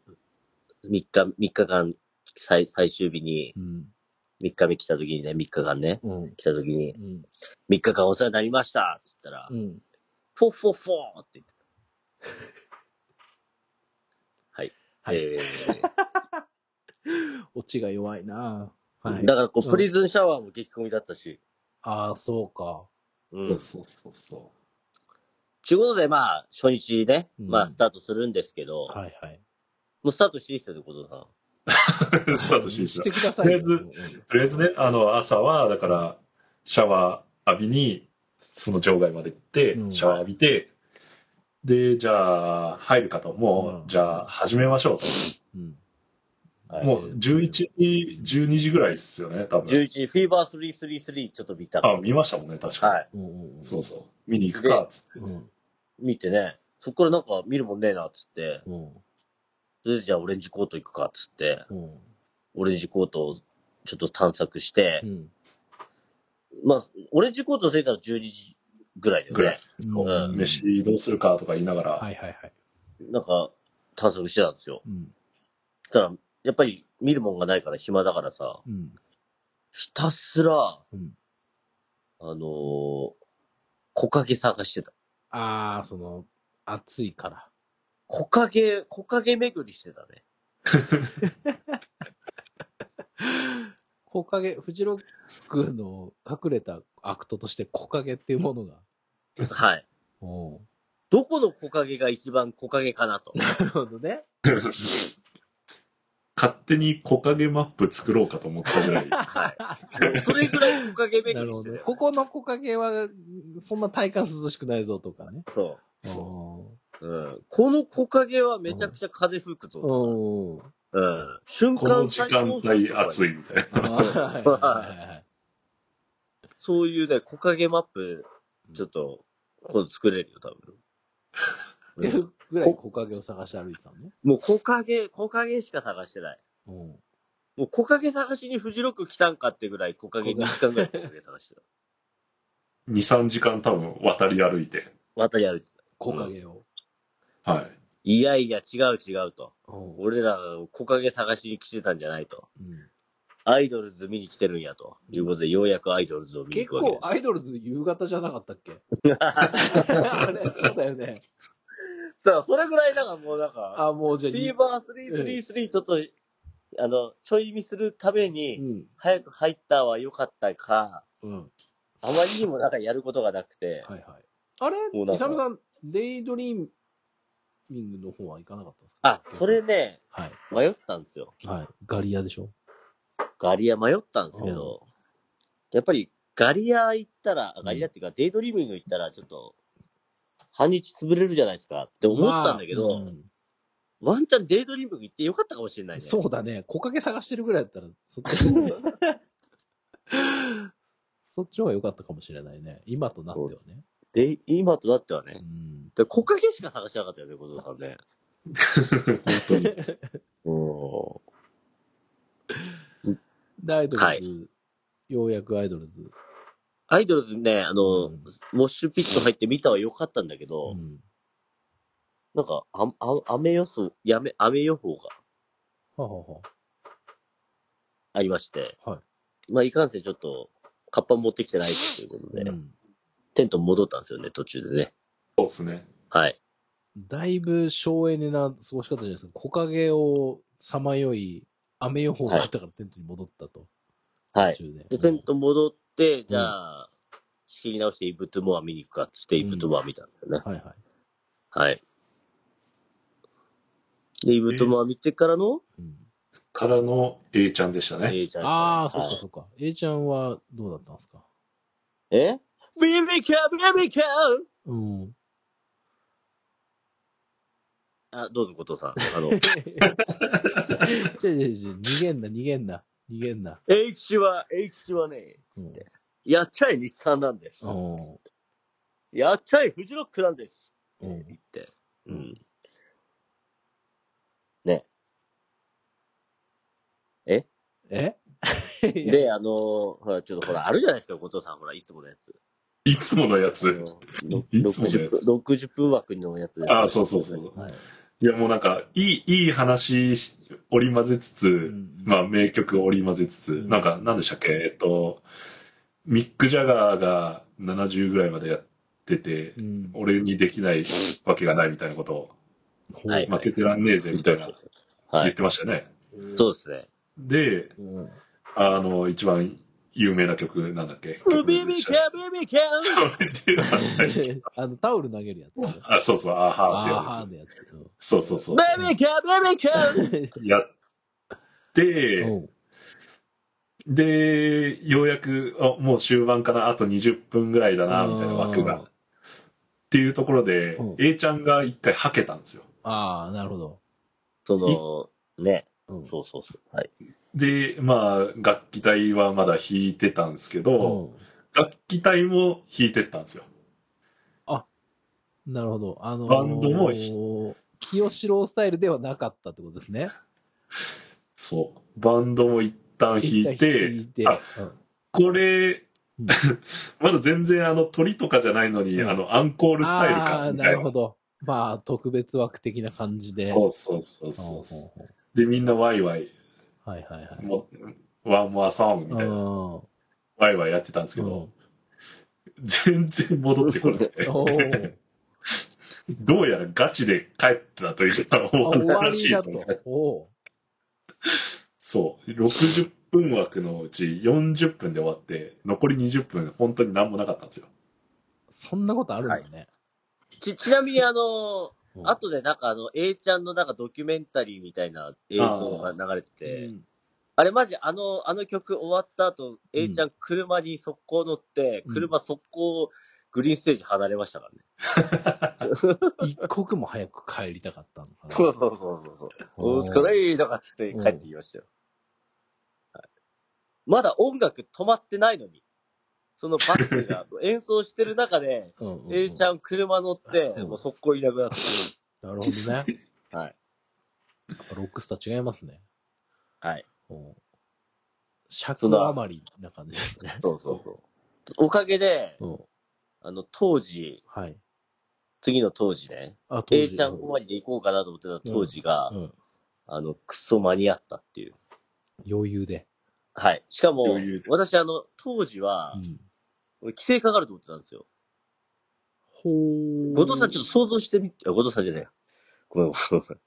3日、三日間、最、最終日に、うん。 3日目来た時にね、3日間ね、うん。来た時に、うん。 3日間お世話になりましたっつったら、うん。フォッフォッフォーって言ってた。はい。はいえオチが弱いなーはいだ。からこうう、んプリズンシャワーも激込みだったし、あー、そうか。うん。そうそうそうそう。ちゅうことで、まあ、初日ね、うんまあ、スタートするんですけど、はいはい。もうスタートしていいっすよね、ことさん。 [laughs] スタートしていいでしすかてください。とりあえずとりあえずね、あの、朝は、だから、シャワー浴びに、その場外まで行ってう、んシャワー浴びて、で、じゃあ、入る方もうんう、じゃあ、始めましょうと。うん。はいもう、11時、12時ぐらいですよね、多分。 11時、フィーバー333ちょっと見た。あは、見ましたもんね、確かに。い。うんうんうん。そうそう。見に行くか、つって。うん。見てね、そっからなんか見るもんねえな、つって。うん。それじゃあオレンジコート行くか、つって。うん。オレンジコートをちょっと探索して、うん。まあ、オレンジコート着いたら12時ぐらいだよぐらねい。うんうん飯どうするかとか言いながら、はいはいはい。なんか、探索してたんですよ。うん。そしたら、やっぱり見るもんがないから暇だからさ、うん。ひたすら、うんあのー、木陰探してた。あー、その、暑いから。木陰、木陰巡りしてたね。木陰、フジロックの隠れたアクトとして木陰っていうものが。はい。おどこの木陰が一番木陰かなと。なるほどね。勝手に木陰マップ作ろうかと思っ [laughs] たぐらい。はい。それぐらい木陰なる巡りしほどてたね。よ。ここの木陰は、そんな体感涼しくないぞとかね。そそうう。うん。この木陰はめちゃくちゃ風吹く [laughs] ぞ。おー。うん。瞬間う。この時間帯暑い。いみたいな。はいはいはいはいそういうね、木陰マップ、ちょっと、今度作れるよ、多ってい分。うんうぐらい木陰を探して歩いてたのね。もう木陰、木陰しか探してない。うん。もう木陰探しにフジロック来たんかってぐらい木陰2時間ぐらい木陰探してた。 2、3時間多分渡り歩いて。渡り歩いてた。木陰を。はい。いやいや、違う違うと。うん俺らが木陰探しに来てたんじゃないと。うんアイドルズ見に来てるんやと。いうことで、ようやくアイドルズを見に結行くわけ構でアす。イドルズ夕方じゃなかったっけあれそうだよね。さあ、それぐらいなんかもうなんか、あ、もうじゃフあ、ィーバー333ちょっと、あの、ちょい見するために、うん。早く入ったは良かったか、うん。あまりにもなんかやることがなくて、はいはい。あれもうなんかイサムさん、デイドリーミングの方は行かなかったんですかあ、それね、は迷ったんですよ。い。はい。ガリアでしょガリア迷ったんですけど、やっぱりガリア行ったら、ガリアっていうかデイドリーミング行ったらちょっと、半日潰れるじゃないですかって思ったんだけど、まあうんワンチャンデイドリーミング行ってよかったかもしれないね。そうだね。木陰探してるぐらいだったら、そっちの方が。そっちの方が良かったかもしれないね。今となってはね。で、今となってはうね。ん。で、木陰しか探してなかったよね、小僧さんね。本当に。 [laughs] うで、アイドルズ、はようやくアイドルズ。ん。アイドルズね、あの、うんモッシュピット入って見たはよかったんだけど、うん。なんか、あ、あ、雨予想、やめ、雨予報がはあはありまして、あはあ。はい。まあ、いかんせんちょっと、カッパ持ってきてないということで、うんテント戻ったんですよね、途中でね。おそうですね。はい。だいぶ省エネな過ごし方じゃないですか。木陰をさまよい、雨予報があったからテントに戻ったと。はい。途中で。で、テント戻って、じゃあ、仕切り直してイブトゥモア見に行くかっつって、イブトゥモア見たんですよね。はいはい。はい。で、イブトゥモア見てからの、うん、からの A ちゃんでしたね。えーちゃんああ、そっはかいそっか。A ちゃんはどうだったんですかえビビカビビカうん。あ、どうぞ、後藤さん。あの、違う違う違う逃げんな、逃げんな、逃げんな。 H は、H はね、つって。やっちゃえ日産なんです。うん。やっちゃえフジロックなんです。うん。って。ううんん。ね。えで、あのーほら、ちょっとほら、あるじゃないですか、後藤さん。ほら、いつものやつ。いつものやあつ。のろいつものやつ60分、60分枠のやつ。ああ、そうそうそう。はい。いや、もうなんか、いい、いい話し織り交ぜつつ、んまあ、名曲を織り交ぜつつ、んなんか、なんでしたっけ、えっと、ミック・ジャガーが70ぐらいまでやってて、うん。俺にできないわけがないみたいなことを、はい負けてらんねえぜみたいなは言っい。てましたよね。そうですね。で、うん。あの、一番有名な曲なんだっけビビカビビカそれで、あの、タオル投げるやつ。あ、そうそう、あーあはーってやあ、ハるーのややつ。うんつ。そうそうそう。ビビカビビカやって、うんで、ようやく、あもう終盤かな、あと20分ぐらいだな、みたいな枠あが。ーっていうところで、うん A ちゃんが一回はけたんですよ。ああ、なるほど。その、ね。うん。そうそうそう。はい。で、まあ、楽器隊はまだ弾いてたんですけど、う楽器隊も弾いてったんですよ。ん。なるほど。あのー、バンドも清志郎スタイルではなかったってことですね。そう。バンドも一旦弾い一て、旦弾いて。あ、うんこれ、うん [laughs] まだ全然あの鳥とかじゃないのに、うんあのアンコールスタイルあかあ、みなたいるな。ほど。まあ、特別枠的な感じで。そうそうそうほそううほうほで、みんなワイワイ、うはいはいはい。もうワンモアソングみ [laughs] たいな、うワイワイやってたんですけん。ど、全然戻ってこな [laughs] くて、おーどうやらガチで帰ってたというか、終あ終わわったらりしいでだすとね。。おーそう、60分枠のうち40分で終わって、残り20分、本当に何もなかったんですよ。そんなことあるんだね。ち、ちなみにあのうん後でなんかあの、A ちゃんのなんかドキュメンタリーみたいな映像が流れてて、 [laughs] うんあれマジあの、あの曲終わった後、A ちゃん車に速攻乗って、うん車速攻グリーンステージ離れましたからね。一刻も早く帰りたかったのかな。そうそうそうそうそう。お疲れとかっつって帰ってきましたよ。はい、まだ音楽止まってないのに、そのバックが演奏してる中で、うんうんうん。 A ちゃん車乗って、うんもう速攻いなくなって。なるほどね。やっ [laughs] はい。ぱロックスター違いますね。はい。うん尺余りな感じですね。そうそうそう。おかげで、 [laughs] うん。あの、当時、はい。次の当時ね、あ、当時 A ちゃん終わりで行こうかなと思ってた当時が、うん。あの、クソ間に合ったっていう。余裕で。はい。しかも余裕、私、あの、当時はう、ん。俺規制かかると思ってたんですよ。ほー。後藤さん、ちょっと想像してみて、あ後藤さんじゃないやごめん、ごめん、ごめん。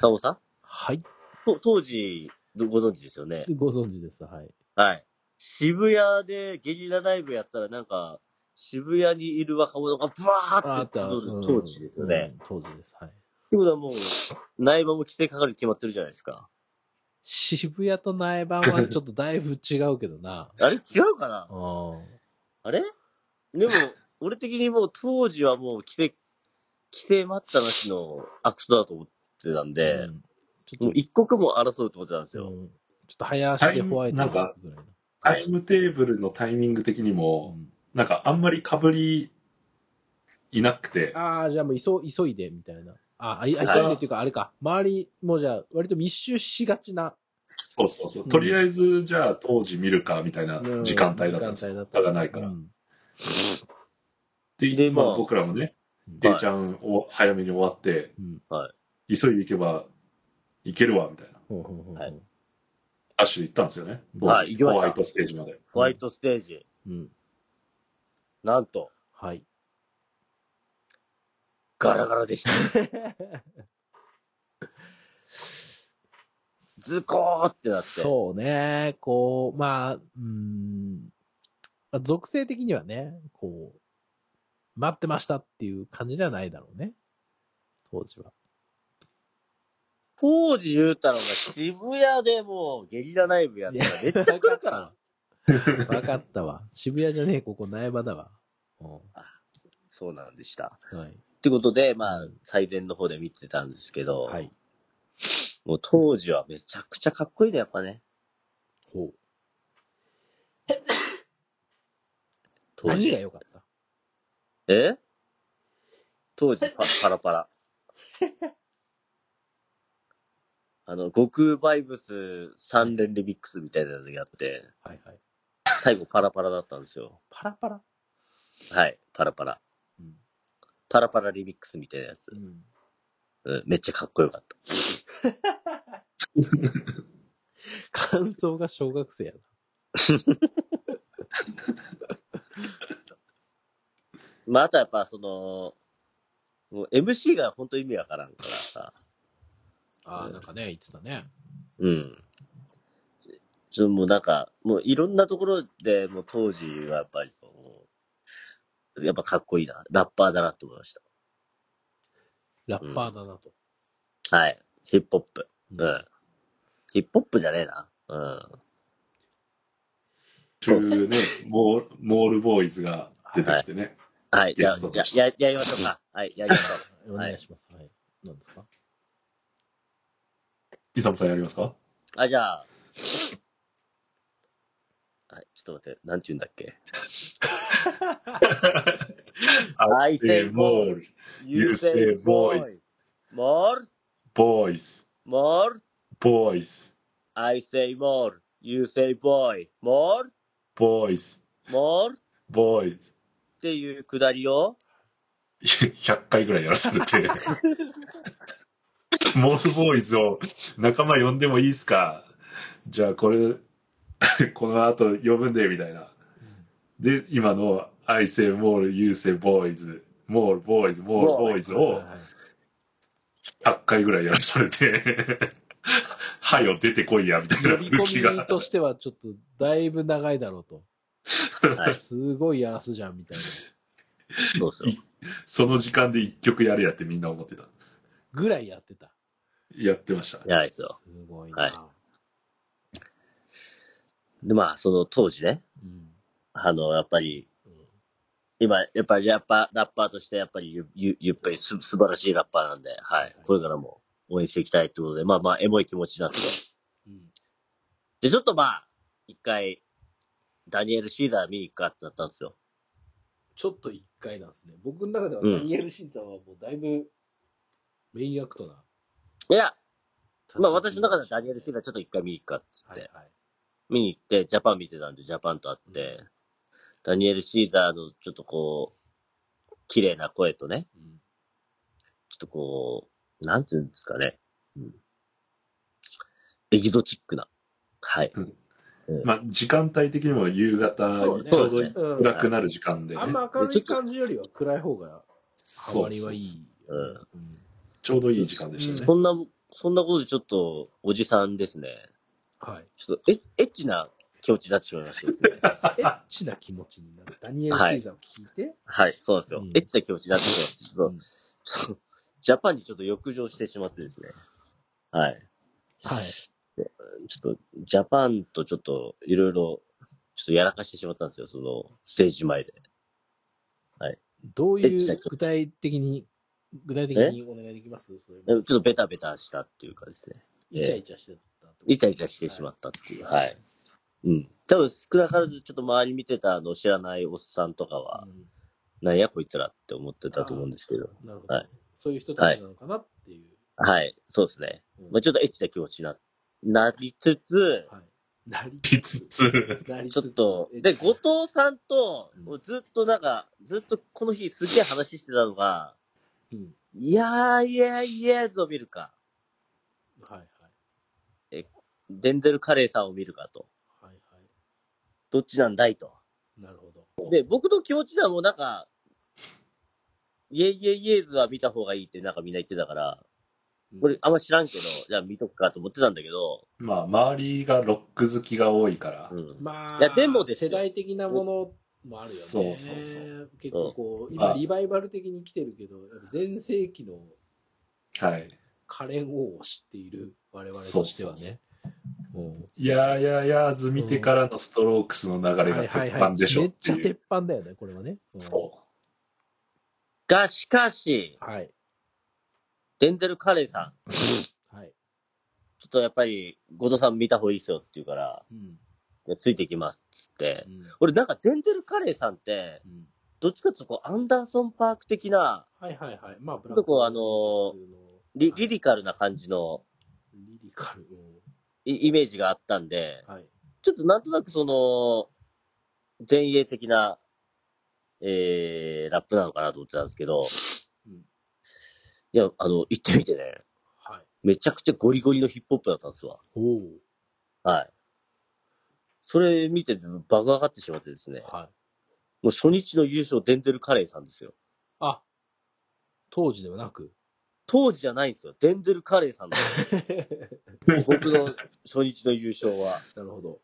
タモさんはい。と当時、どご存知ですよね。ご存知です。はい。はい。渋谷でゲリラライブやったら、なんか、渋谷にいる若者がブワーって集うんう当時ですよね。うん当時です。はい。ってことはもう、内場も規制かかるに決まってるじゃないですか。渋谷と苗場はちょっとだいぶ違うけどな。あれ違うかなうん。あれでも、俺的にもう当時はもう規制、規制待ったなしのアクトだと思ってたんでう、んちもょうっ一刻も争うと思ってたんですと、うよ。んちょっと早足でホワイトなんかぐらいのタイムテーブルのタイミング的にも、なんかあんまり被りいなくて、ああ、じゃあもう急急いでみたいな。ああ、いあはい急いでっていうか、あれか。周りもじゃあ、割と密集しがちな。そうそうそう。うんとりあえず、じゃあ当時見るか、みたいなうん時間帯だったんです時間帯だった他がないから。うんで、でままああ僕らもね、はい A ちゃんを早めに終わって、うんは急いで行けば行けるわ、みたいな。ほうほうほうほうはいダッシュで行ったんですよね。はい行きましたホワイトステージまで。ホワイトステージ、うん。なんと、はい。ガラガラ [laughs] でした。ズコーってなって。そうね、こう、まあ、うーん、まあ属性的にはね、こう、待ってましたっていう感じではないだろうね。当時は。当時言うたらお前、渋谷でもうゲリラライブやったらめっちゃ来るからな。わかったわ。 [laughs] 渋谷じゃねえ、ここ苗場だわ。うそうなんでした。んはい。ってことで、まあ、最前の方で見てたんですけど、はい。もう当時はめちゃくちゃかっこいいね、やっぱね。ほう。当何が時。良かったえ当時パ、 [laughs] パラパラ。あの、悟空バイブス三連リミックスみたいなのがあって、はいはい。最後パラパラだったんですよ。パラパラ。はい、パラパラ。うん。パラパラリミックスみたいなやつう。ん、うん、めっちゃかっこよかった。感想が小学生やな。まあ、あとはやっぱその、もう MC が本当意味わからんからさ。あああ、ーななんんかね、言ってたね。うん。ちょ、もうなんか、もういろんなところで、もう当時はやっぱりもう、やっぱかっこいいな。ラッパーだなって思いましラッパーだなと。た。はい。ヒップホップ。うんうん。ヒップホップじゃねえな。うん。中ね、モーモールボーイズが出てきてね。はい。じゃあゲスト、としてや、や、やりましょうか。はい、やりましょ [laughs] お願いします。はい。何ですかイサムさんやります [laughs] かう。あ、じゃあ。はい、ちょっと待って、なんて言うんだっけ。I say モ more, ール、 you you say say boy, boy. more, ボーイズ、 more, ボーイズ、 I say more, you say boy, more, ボーイズ、 more っボーイズ。ていうくだりを、 [laughs] 100回ぐらいやらされて。 [laughs] モールボーイズを仲間呼んでもいいっすかじゃあこれ、 [laughs] この後呼ぶんで、みたいな。で、今の I say モール、You say ボーイズ、モールボーイズ、モールボーイズをはいはい100回ぐらいやらされて、 [laughs] はよ出てこいや、みたいな呼び空気込みが。としてはちょっとだいぶ長いだろうと。はいすごいやらすじゃんみたいな。どうするその時間で1曲やれやってみんな思ってた。ぐらいやってた。やってました。やないですすよ。ごいな。はいで、まあ、その当時ね、うんあの、やっぱり、今、やっぱりラッパー、ラッパーとして、やっぱりゆ、ゆ、ゆっぱりす、素晴らしいラッパーなんで、はい。これからも応援していきたいってことで、まあまあ、エモい気持ちなんですよ。うんで、ちょっとまあ、一回、ダニエル・シーダー見に行くかってなったんですよ。ちょっと一回なんですね。僕の中ではうんダニエル・シンさんはもうだいぶメインアクトな。いや、まあ私の中ではダニエル・シーダーちょっと一回見に行くかっつっはいて。はい。見に行って、ジャパン見てたんで、ジャパンと会って、ダニエル・シーザーのちょっとこう、綺麗な声とね、うんちょっとこう、なんていうんですかね。うんエキゾチックな。はい。まあ、時間帯的にも夕方、ちょそううねどそうですね暗くなる時間でね。あんま明るい感じよりは暗い方がハそマうりそはういそうい。うんうんちょうどいい時間でしたそね。んな、そんなことでちょっと、おじさんですね。はい。ちょっとエッ、エッチな気持ちになってしまいましたですね。エッチな気持ちになる。ダニエル・シーザーを聞いて、はい、そうなんですよ。うんエッチな気持ちになってしまいました。ちょっとうんちょっと、ジャパンにちょっと浴場してしまってですね。はい。はい。ちょっと、ジャパンとちょっと、いろいろ、ちょっとやらかしてしまったんですよ、その、ステージ前で。どうエいッチなう曲具体的に、具体的にお願いできますそれちょっとベタベタしたっていうかですね。イチャイチャしてたってことイチャイチャしてしまったっていう。はい。うん。多分、少なからずちょっと周り見てた、あの、知らないおっさんとかは、うなんやこいつらって思ってたと思うんですけど。んなるほど、はいそういう人たちなのかなっていう。はい。そうですね。うんまあちょっとエッチな気持ちにな、なりつつ、はいなりきつつ、なりつちょつっと、で、後藤さんとうん、もうずっとなんか、ずっとこの日すげえ話してたのが、うんいやーいやいやぞ見るか。はいはい。デンゼル・カレーさんを見るかと。はいはい。どっちなんだいと。なるほど。で、僕の気持ちではもうなんか、イエイイエイイエイズは見た方がいいってなんかみんな言ってたから、うんこれあんま知らんけど、じゃあ見とくかと思ってたんだけど、まあ、周りがロック好きが多いからう、ん。まあ、いやでもです世よ代的なものもあるよね。そうそうそう結構こう、ん今あリバイバル的に来てるけど、全盛期のはい。カレン王を知っている我々としてはね。うんいやーやーやーず見てからのストロークスの流れがはいはい鉄はい板でしょめっってちゃいう。鉄板だよね、これはね。うんそが、しかし、はい。デンゼル・カレーさん、はい。ちょっとやっぱり、後藤さん見た方がいいっすよって言うから、うん。いやついてきますっつってう。ん俺なんかデンゼル・カレーさんって、うんどっちかっていうとこう、アンダーソン・パーク的な、はいはいはい。まあ、ブょっとこうあのーリリリカカルな感じのル。リリカル。うイイメージがあったんで、んはい。ちょっとなんとなくその、前衛的な、えー、ラップなのかなと思ってたんですけど、うんいや、あの、行ってみてね、はい。めちゃくちゃゴリゴリのヒップホップだったんですわ。おお。はい。それ見て、バグ上がってしまってですね、はい。もう初日の優勝、デンゼル・カレーさんですよ。あ、当時ではなく。当時じゃないんですよ。デンゼル・カレーさんの [laughs] 僕の初日の優勝は。なるほど。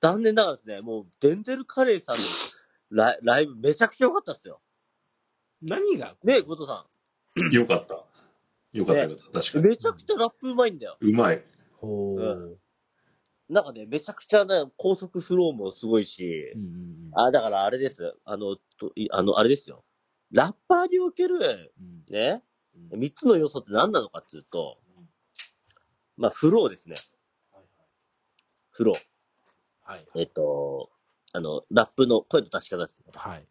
残念ながらですね、もうデンゼル・カレーさんのライライブめちゃくちゃ良かったですよ。何がねえ、後藤さう。よかった。よかったよかった。確かん。に。めちゃくちゃラップうまいんだよ。うまい。 [laughs] ほう。ううんなんかね、めちゃくちゃね、高速スローもすごいしう、んうんあ、だからあれです。あの、といあの、あれですよ。ラッパーにおける、うんね、うん三つの要素って何なのかっていうと、まあ、フローですね。フロー。はい。えっと、あの、ラップの声の出し方ですね。はい。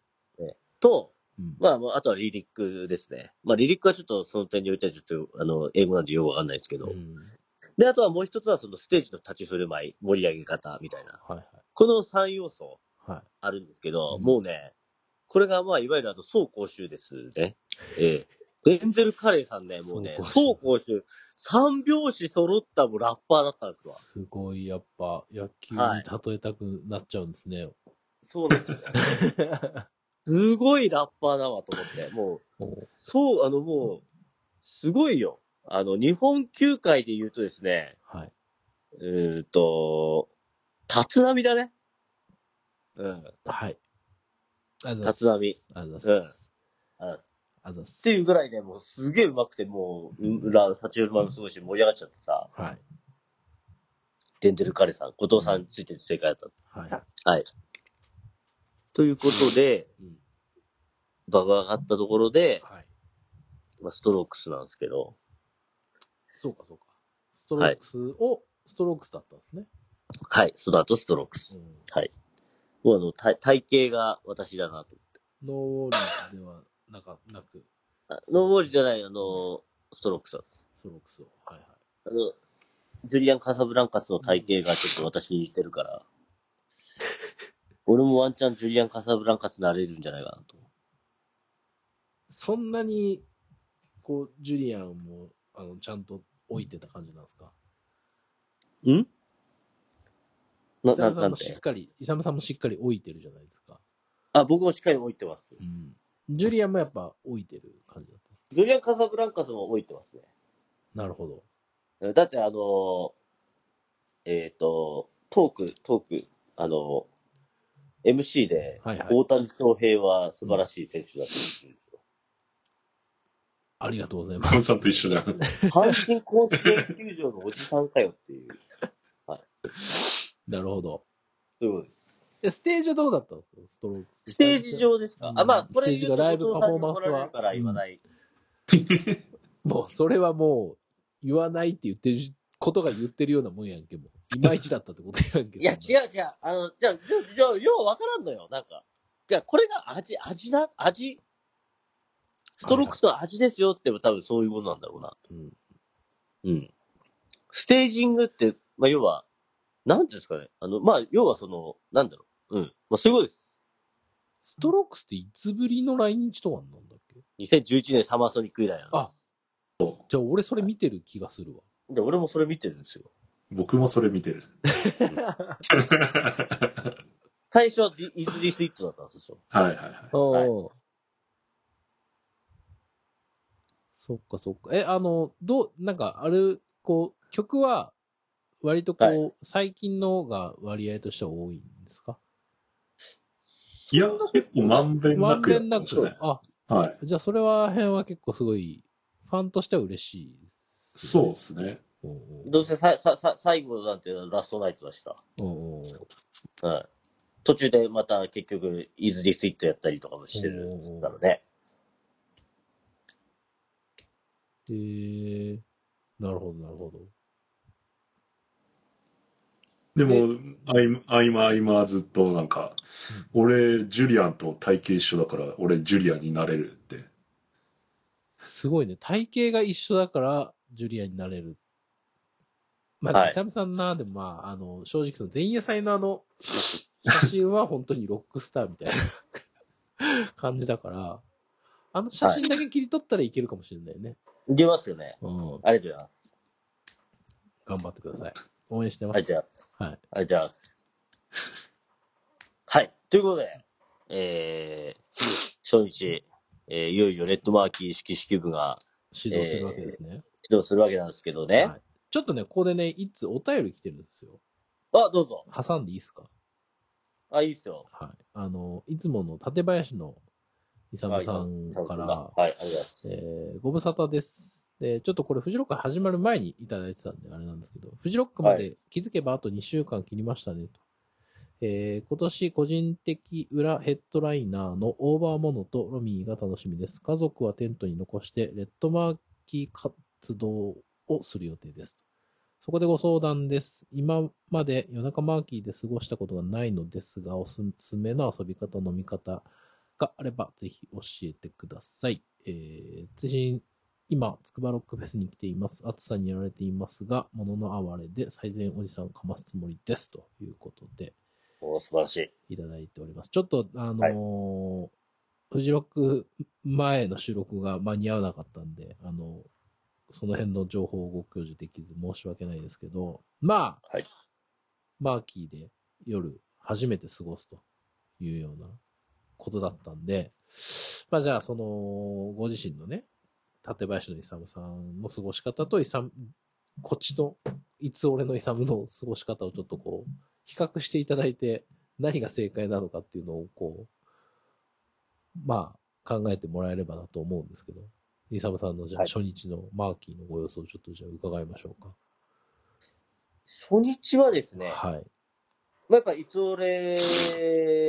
と、うんまあ、もうあとはリリックですね。まあ、リリックはちょっとその点においてはちょっと、あの、英語なんでよくわかんないですけうど。んで、あとはもう一つはそのステージの立ち振る舞い、盛り上げ方みたいな。はいはい。この3要素はあるんですけど、うんもうね、これがまあ、いわゆるあの、総公衆ですね。ええデンゼル・カレーさんね、もうね、走総公衆、3拍子揃ったもうラッパーだったんですい。わ。すごい、やっぱ、野球にはい例えたくなっちゃうんですね。そうなんですよ。 [laughs] すごいラッパーだわと思って、もう、おうそう、あのもう、すごいよ。あの、日本球界で言うとですね、はい。うーんと、立浪だね。うん。はい。あざっ立浪あざっす。あっあざっす。ていうぐらいでもうすげえ上手くて、もう、裏、立ち馬もすごいし盛り上がっちゃってさ、はい。デンデルカレさん、後藤さんについてる正解だった。はい。はい。ということで、うんバグ上がったところで、はい。まあ、ストロークスなんですけど、そうか、そうか。ストロークスを、ストロークスだったんですね。はい、その後ストロークス。うもうあの、体体型が私だなと。んノーウォーリーではなかなく、あノーボールじゃない、あの、ストロークスなんです。ストロークスを。はいはい。あの、ジュリアン・カサブランカスの体型がちょっと私に似てるから、俺もワンチャンジュリアン・カサブランカスになれるんじゃないかなと。そんなに、こう、ジュリアンも、あの、ちゃんと置いてた感じなんですかんな、イサな、ムさなんんもしっでかり、イサムさんもしっかり置いてるじゃないですか。あ、僕もしっかり置いてます。うん。ジュリアンもやっぱ置いてる感じだったんですかジュリアン・カサブランカスも置いてますなるほど。ね。だってあのーえっ、と、トーク、トーク、あのー MC で、はいはい大谷翔平は素晴らしい選手だと [laughs] ありがとうございまカンす。 [laughs] さんと一緒じゃん。阪神甲子園球場のおじさんかよっていう、なるほど。そういうことです。え、ステージはどうだったんですかストロークス。ステージ上ですか、うんあ、まあ、これステージがライブパフォーマンスは言うと後藤さんに怒られるから言わない。もう、それはもう、言わないって言ってることが言ってるようなもんやんけ、もう。いまいちだったってことやんけ。いや、違う。う違う。あの、じゃあ、じゃあ、じゃあようわからんのよ、なんか。いや、これが味、味な、味。ストロークスの味ですよって、多分そういうものなんだろうな。うん。うん。ステージングって、まあ、要は、なんていうんですかね。あの、まあ、要はその、なんだろう。うん。まあ、そういうことです。ストロークスっていつぶりの来日とかになんだっけ2011年サマーソニック以来なんです。じゃあ、俺それ見てる気がするわ。で、俺もそれ見てるんですよ。僕もそれ [laughs] 見てる。最初はディイズリースイットだったんですよ。はいはいはい。ああはいそっかそっか。え、あの、どう、なんか、あれ、こう、曲は、割とこう、は最近のが割合としては多いんですかいや、結構まんべんまなんくべやってんなましたくね。。あ、はい。じゃあそれは辺は結構すごい、ファンとしては嬉しいです。そうですね。うんうん。どうせさ、さ、さ、最後なんてラストナイトだしさ。うんうんはい。途中でまた結局、イーズリースイットやったりとかもしてるんですからね。えー、なるほど、なるほど。でも、合間合間ずっとなんか、俺、ジュリアンと体型一緒だから、俺、ジュリアンになれるって。すごいね。体型が一緒だから、ジュリアになれる。まはあ、いイサムさんな、でもまあ、あの、正直その前夜祭のあの、写真は本当にロックスターみたい [laughs] な感じだから、あの写真だけ切り取ったらいけるかもしれないね。出ますよね。うん。ありがとうございます。頑張ってください。応援してまありがす。とうごはい。ざいます。ありがとうございます。はい。ということで、えー、初日、えー、いよいよレッドマーキー式式部が指導するわけですね。始動するわけなんですけどね。はいちょっとね、ここでね、いつお便り来てるんですよ。あ、どうぞ。挟んでいいですかあ、いいっすよ。はい。あの、いつもの館林のイサムさんはいから、はい、ありがとうございます。えーご無沙汰です。で、ちょっとこれ、フジロック始まる前にいただいてたんで、あれなんですけど、フジロックまはで気づけばあと2週間切りましたね、と。えー今年個人的裏ヘッドライナーのオーバーモノとロミーが楽しみです。家族はテントに残して、レッドマーキー活動をする予定です。そこでご相談です。今まで夜中マーキーで過ごしたことがないのですが、おすすめの遊び方、飲み方があれば、ぜひ教えてください。えー、追伸今、つくばロックフェスに来ています。暑さにやられていますが、ものの哀れで最善おじさんをかますつもりです。ということで、お素晴らしい。いただいております。ちょっと、あのーフジロック前の収録が間に合わなかったんで、あの、その辺の情報をご教授できず申し訳ないですけど、まあ、はいマーキーで夜初めて過ごすというようなことだったんで、まあじゃあ、その、ご自身のね、館林のイサムさんの過ごし方と、イサム、こっちの、いつ俺のイサムの過ごし方をちょっとこう、比較していただいて、何が正解なのかっていうのをこう、まあ、考えてもらえればなと思うんですけど、イサムさんのじゃあはい初日のマーキーのご様子をちょっとじゃあ伺いましょうか。初日はですね、はい。まあ、やっぱ、いつ俺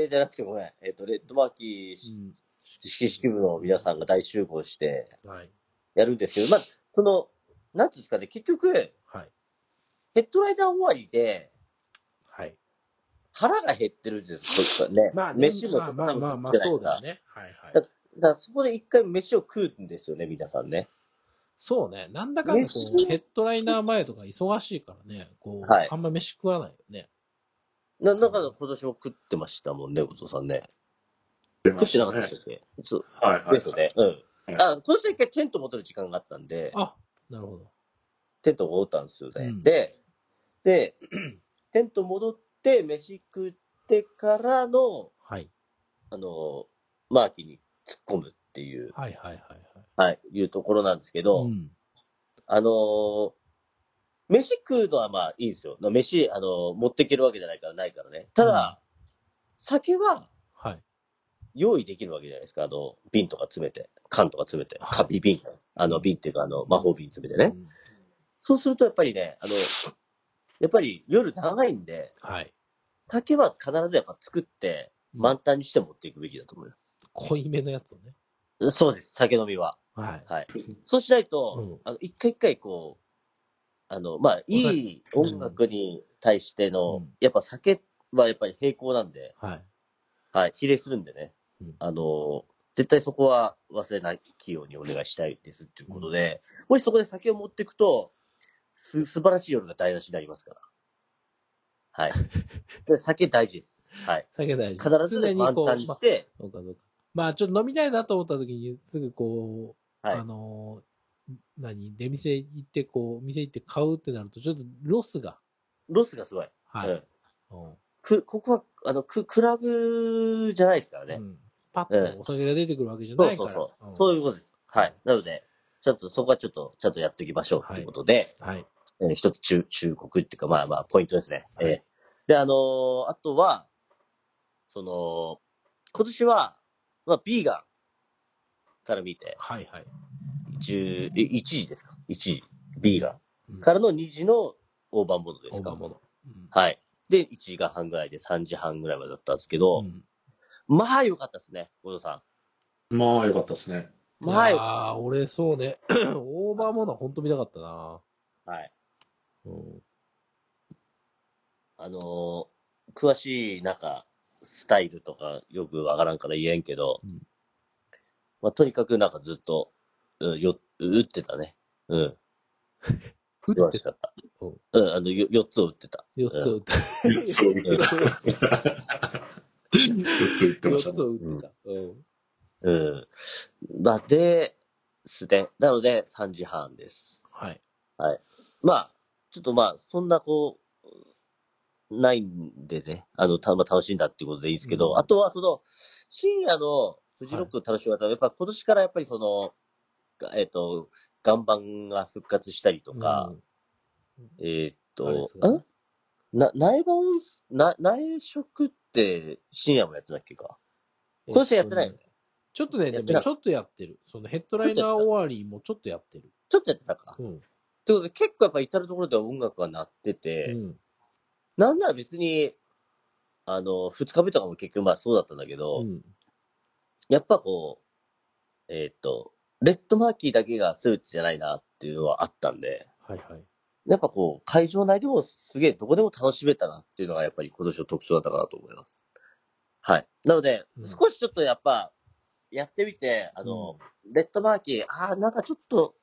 じゃなくてごめん、えっ、と、レッドマーキー式式式部の皆さんが大集合してはい。やるんですけど、まあ、その、なんていうんですかね、結局、はい。ヘッドライダー終わりで、はい。腹が減ってるんですよ、こいつはね。飯もまあまあまあまあ、そうだよね。ね。はいはだい。だからそこで一回飯を食うんですよね、皆さんね。そうね。なんだかんだこう、飯ヘッドライナー前とか忙しいからね、こう、はいあんま飯食わないよね。なんだかんだ今年も食ってましたもんね、お父さんね。出ま食っしてなたかったねで。したっけそうはいはい。ですよね。うん。はいあ、今年で一回テント持ってる時間があったんで、あ、なるほど。テント戻ったんですよね。うんで、で、 [clears throat] テント戻って飯食ってからの、はい。あの、マーキーに突っ込むっていう、はいはいはいはい。はい、いうところなんですけど、ん。あのー飯食うのはまあいいんですよ。飯、あのー持っていけるわけじゃないから、ないからね。ただ、酒ははい。用意できるわけじゃないですか。あの、瓶とか詰めて、缶とか詰めて、はいカビ瓶。あの、瓶っていうか、あの、魔法瓶詰めてね。うん。そうするとやっぱりね、あの、やっぱり夜長いんで、はい。酒は必ずやっぱ作って、うん満タンにして持っていくべきだと思いま濃いめのやつをね。す。そうです、酒飲みは。はい。はい。そうしないと、あの、一回一回こう、あの、まあ、いい音楽に対しての、うんやっぱ酒はやっぱり平行なんで、はい。はい、比例するんでね、うんあの、絶対そこは忘れない企業にお願いしたいですっていうことで、もしそこで酒を持っていくと、す、素晴らしい夜が台無しになりますから。 [laughs] はい。で酒大事です。はい。酒大事。必ず常に満こう、タンにまあして、そうかそうか。まあ、ちょっと飲みたいなと思った時に、すぐこう、はいあのー、何、出店行って、こう、店行って買うってなると、ちょっとロスが。ロスがすごい。はい。うんうんく、ここは、あの、く、クラブじゃないですからね。うんパッとお酒が出てくるわけじゃそなういかそら。うそう。んそういうことです。はい。なので、ちょっとそこはちょっと、ちゃんとやっておきましょうということで、はい。えー一つ忠忠告っていうか、まあまあ、ポイントですね。はいえーで、あのーあとは、その、今年は、まあ、ビーガンから見て、はいはい。 10え1時ですか ?1 時。ビーガうんンからの2時の大盤ボードでオすーかバーモード。うんはい。で、1時間半ぐらいで3時半ぐらいまでだったんですけど、うんまあ良かったですね、後藤さまあ、よかったですね。ん。まあい良やかー俺そうね。 [coughs] オーバーモードは本当見たかったな。った。はい。うん。あのー詳しい、なんか、スタイルとかよくわからんから言えんけど、うんまあ、とにかくなんかずっと、うん、よ、打ってたね。うん。打素晴っらて。したかった。ううんん、あの、よ、4つを打ってた。 4つを打った。 4つを打ってた。4つ打ってました4ねつ。を打ってた。うん。うん。まあ、で、すね。なので、3時半です。はい。まあ、ちょっとまあ、そんなこう、ないんでね、あの、たまあ楽しんだっていうことでいいですけど、うんあとはその、深夜のフジロックの楽しみ方は、やっぱ今年からやっぱりその、がえっ、と、岩盤が復活したりとか、うんえっ、あれでとす、かんな、苗場温泉、な、苗食って深夜もやってたっけか今年はやってないよね。ちょっとね、やでってなもいちょっとやってる。そのヘッドライナー終わりもちょっとやってる。ちょっとやってたか。うん。ということで、結構やっぱ至るところで音楽が鳴ってて、うん。なんなら別に、あの、二日目とかも結局まあそうだったんだけど、うん。やっぱこう、えーっ、と、レッドマーキーだけが全てじゃないなっていうのはあったんで、はいはい。やっぱこう、会場内でもすげえどこでも楽しめたなっていうのがやっぱり今年の特徴だったかなと思います。はい。なので、うん少しちょっとやっぱ、やってみて、あの、レッドマーキー、ああ、なんかちょっと、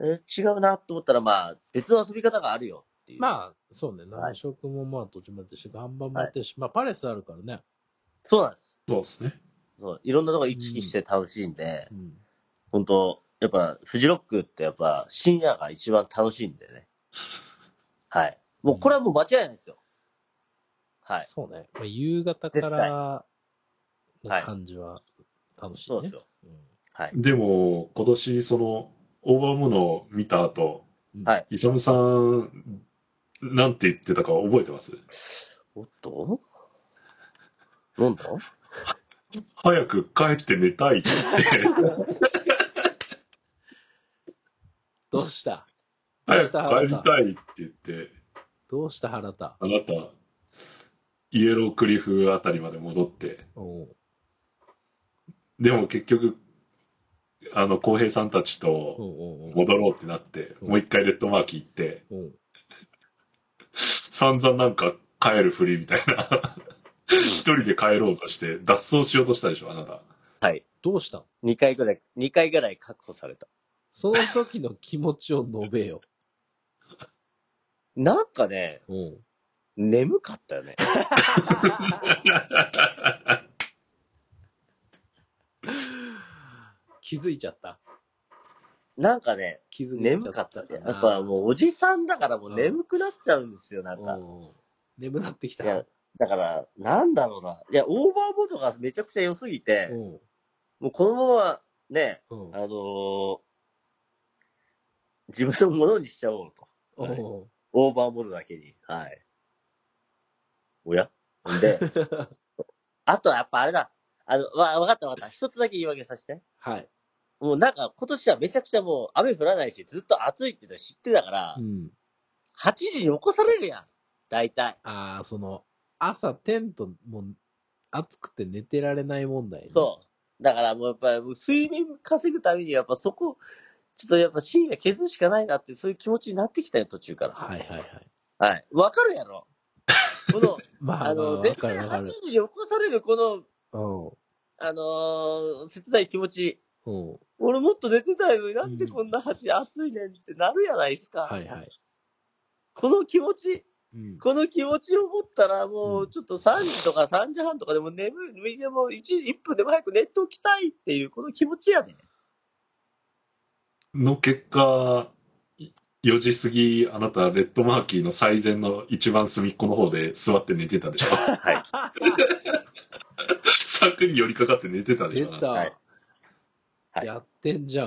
えー違うなと思ったら、まあ、別の遊び方があるよっていう。まあ、あ、そうね。はい南色もまあ、どっちもやってるし、岩盤もやってるし、まあ、パレスあるからね。そうなんです。そうですね。そう、いろんなとこ意識して楽しいんで、うん。本当やっぱ、フジロックってやっぱ、深夜が一番楽しいんで [laughs] ね。はい。もうこれはもう間違いないですよ。はい。そうね。まあ、夕方からの感じは楽しいね。そうですよ。うん。はい。でも、今年、その、オーバーモノを見た後、はい。イサムさん、なんて言ってたか覚えてますおっとなんだ早く帰って寝た [laughs] いって言って、どうしたどう早したく帰りたいって言って、どうした原田あなた、イエロークリフあたりまで戻って、おうでも結局、あの、浩平さんたちおうとおうおう戻ろうってなって、うんもう一回レッドマーキー行って、おう散々なんか帰るふりみたいな。一人で帰ろうとして、脱走しようとしたでしょ、あなた。はい。どうしたの2回ぐらい、2回ぐらい確保された。その時の気持ちを述べよ。なんかね、おう眠かったよね。気づいちゃったなんかね、気づいちゃ眠かったたね。かなやっぱもうおじさんだからもう眠くなっちゃうんですよ、なんか。おう眠なってきいやた。、だから、なんだろうな。いや、オーバーボードがめちゃくちゃ良すぎて、おうもうこのまま、ね、おうあのー自分のものにしちゃおうと。おうオーバーボードだけに。はい。おや [laughs] で、あとはやっぱあれだ。あの、わ、わかったわかった。一つだけ言い訳させて。はい。もうなんか今年はめちゃくちゃもう雨降らないし、ずっと暑いっていうのは知ってたから、うん。 8時に起こされるやん。大体。ああ、その、朝テントも暑くて寝てられない問題ね、そう。だからもうやっぱりもう睡眠稼ぐためにやっぱそこ、ちょっとやっぱ深夜削るしかないなってそういう気持ちになってきたよ、途中から。はいはいはい。はい。わかるやろこの、まあ、あまあ、の、わ絶か対るわか8る。時に起こされるこの、うあのー切ない気持ち。ん。うん。俺もっと寝てたいのになんでこんな8時暑いねんってなるやないですか。はいはい。この気持ち、うん。この気持ちを持ったらもううんちょっと3時とか3時半とかでも眠い、でも1時1分でも早く寝ておきたいっていうこの気持ちやね。の結果、い4時過ぎ、あなた、レッドマーキーの最前の一番隅っこの方で座って寝てたでしょ。はい。 [laughs] 柵に寄りかかって寝てたでし出ょ。あなた、たはいはいやってんじゃん。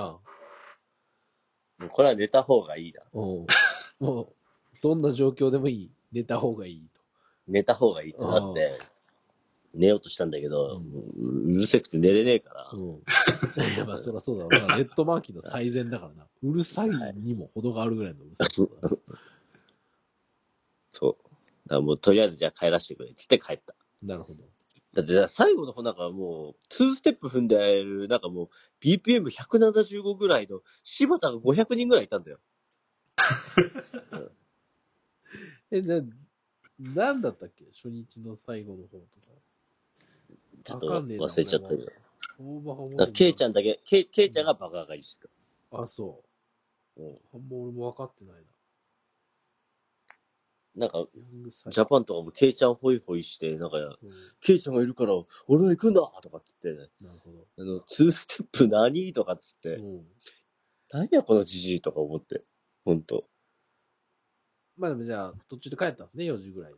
もうこれは寝た方がいいな。おうもう、どんな状況でもいい。寝た方がいいと。寝た方がいいってなって、寝ようとしたんだけど、ううるせくて寝れねえから、うん。いや、 [laughs] まあ、そりゃそうだろうな。レッドマーキーの最善だからな。うるさいにも程があるぐらいのうるさいだから。そう。だからもうとりあえずじゃあ帰らせてくれっつって帰った。なるほど。だってな最後の方なんかもう、2ステップ踏んでる、なんかもう、BPM175 ぐらいの、柴田が500人ぐらいいたんだよ。え、な、なんだったっけ初日の最後の方ちとょか。っとわかんねえな。忘れちゃったけど。大場だからケイちゃん。んだけ、ケイ、ケイちゃんがバカ上がりしてた。あ、そう。うんあんま俺も分かってないな。なんか、ヤングサイジャパンとかもケイちゃんホイホイして、なんか、うんケイちゃんがいるから、俺は行くんだとかっつって、なるほど。あの、2ステップ何とかっつって、うん。何やこのじじいとか思って。ほんと。まあでもじゃあ、途中で帰ったんですね、4時ぐらい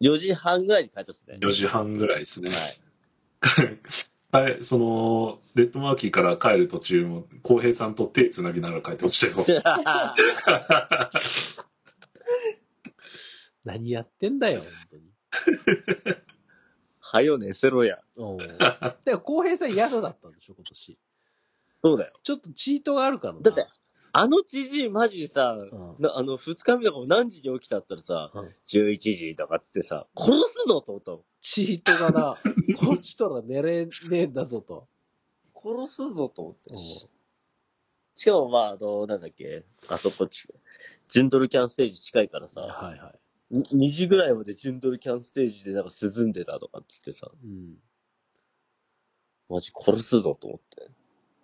で。 4時半ぐらいに帰ったっすね。 4時半ぐらいですね。はい。はい、その、レッドマーキーから帰る途中も、浩平さんと手つなぎながら帰ってましたよ。 [laughs] 何やってんだよ、本当に。はよ寝せろや。おうだ [laughs] から、浩平さん宿だったんでしょ、今年。そうだよ。ちょっとチートがあるからな。だって、あのじじいマジでさ、うん。なあの、二日目とかも何時に起きたったらさ、うん11時とかっつってさ、殺すぞと思ったの。チートが [laughs] な、こっちとら寝れねえんだぞと。殺すぞと思おって。うししかもまあ、あの、なんだっけ、あそこち、ジュンドルキャンステージ近いからさ、はいはに2時ぐらいまでジュンドルキャンステージでなんか涼んでたとかっつってさ、い。うん。マジ殺すぞと思って。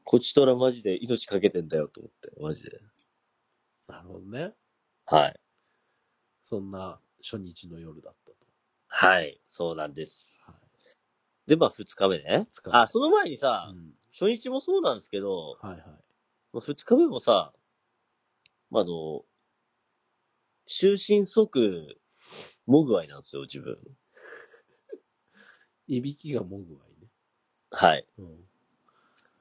こっちとらマジで命かけてんだよと思って、マジで。なるほどね。はい。そんな初日の夜だったと。はい、そうなんです。はいで、まあ、二日目ね。二日目あ、その前にさ、うん。初日もそうなんですけど、はいはい。まあ二日目もさ、まあ、あの、終身即、もぐわいなんですよ、自分。いびきがもぐわいね。はい。うっ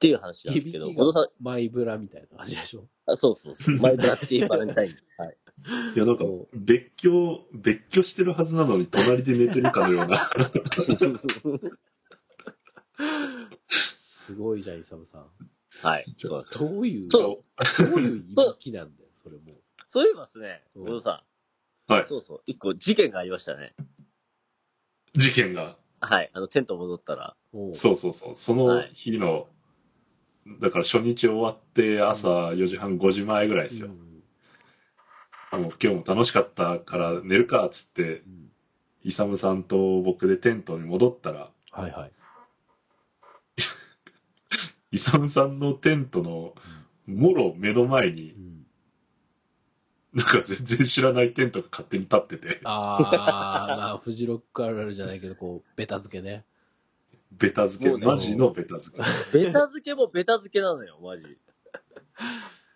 ていう話なんん。いでびすけど、き小野さんが、マイブラみたいな感じでしょ。あそうそ [laughs] うそう、マイブラッティーバレンタイン。はい。 [laughs] いや、なんか、別居、別居してるはずなのに、隣で寝てるかのよう [laughs] な。すごいじゃん、イサムさん。はい、そうなんですよ。どういう、そうどういういびきなん [laughs] だよ、それも。そういえばですね、うん小野さはいん、。そうそう、一個事件がありましたね。事件が。はい、あの、テント戻ったら。おうそうそうそう。その日の、だから初日終わって、朝4時半、5時前ぐらいですよ。んもう今日も楽しかったから寝るか、っつってう、んイサムさんと僕でテントに戻ったら、はいはい。イサムさんのテントの、もろ目の前にう、んなんか全然知らないテントが勝手に立ってて、あー、まあ、フジロックあるあるじゃないけど、こう、ベタ付けね。ベタ付もけ、うねマジのベタ付け。ベタ付けもベタ付けなのよ、 [laughs] マジ。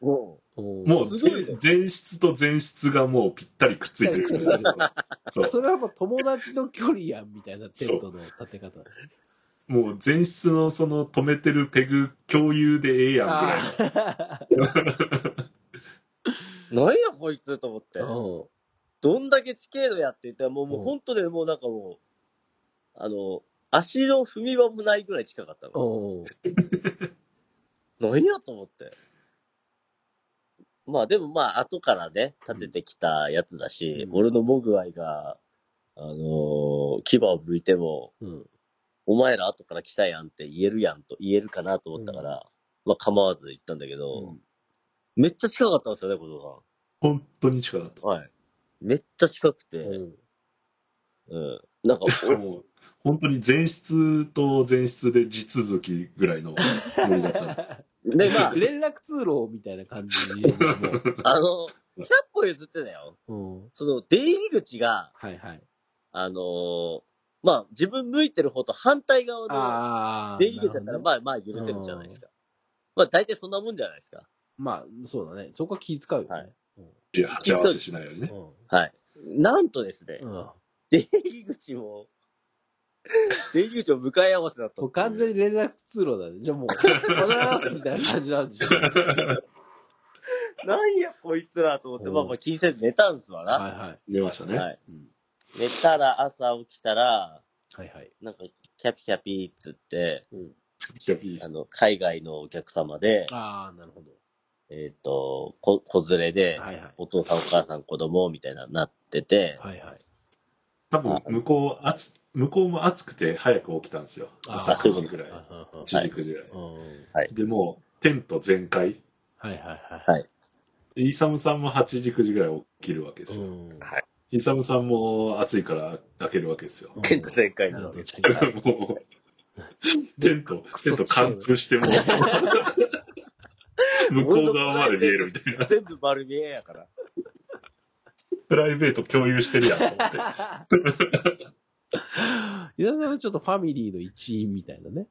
もおもうすごいね全前室と前室がもうぴったりくっついてる。ぴったりくっついそうそれはもう友達の距離やんみたいなテントの立て方。もう前室のその止めてるペグ共有でええやんぐらいの。あう、なんやこいつと思ってー。うんどんだけ地形度やって言ったら、もう、もううん本当でもうなんかもう、あの、足の踏み場もないぐらい近かったの。おう何やと思って。まあでもまあ、後からね、立ててきたやつだし、うん俺のモグアイが、あのー牙を向いても、うん。お前ら後から来たやんって言えるやんと、言えるかなと思ったから、まあ構わず行ったんだけど、うんめっちゃ近かったんですよね、小僧本当に近かっさん。はい。めっちゃ近くて、うんうん。なんか、た。もう本当に前室と前室で地続きぐらいのノリ [laughs] だった。で、 [laughs] まあ、連絡通路みたいな感じにもあの、100歩譲ってだよ。 [laughs] う。うんその、出入り口が、はいはい。あのーまあ、自分向いてる方と反対側のああ。出入り口だったなるほどら、ねまあまあ許せるじゃないですか。まあ、大体そんなもんじゃないですか。まあ、そうだね。そこは気遣うよはねい。いや、鉢合わせしないようにね。うはい。なんとですね、ん。うん。出入り口も、出入り口を向かい合わせだったっていう。もう完全に [laughs] 連絡通路だね。じゃあもう、おはようございますみたいな感じなんでしょ。なんやこいつらと思って、おうまあまあ気にせず寝たんすわな。はいはい。出ましたね。はいうん寝たら朝起きたら、はいはい。なんかキャピキャピって言って、キャピあの、海外のお客様で、ああ、なるほど。えっ、と、こ、子連れで、はいはい。お父さんお母さん子供みたいななってて、はいはい。多分、向こう、暑、向こうも暑くて早く起きたんですよ。あ朝そう9いうこ時とぐらい。ああ1時9時ぐらい。あうんで、もう、テント全開。はいはいははいイサムさんも8時9時ぐらい起きるわけでい。すうよ。んイサムさんも暑いから開けるわ [laughs] けですよ。うんテント全開ななるのほどで。もう、テント、テント貫通しても [laughs] う向こう側まで見えるみたいな。全部丸見えや [laughs] から。プライベート共有してるやんと思って。いや、でもちょっとファミリーの一員みたいなね。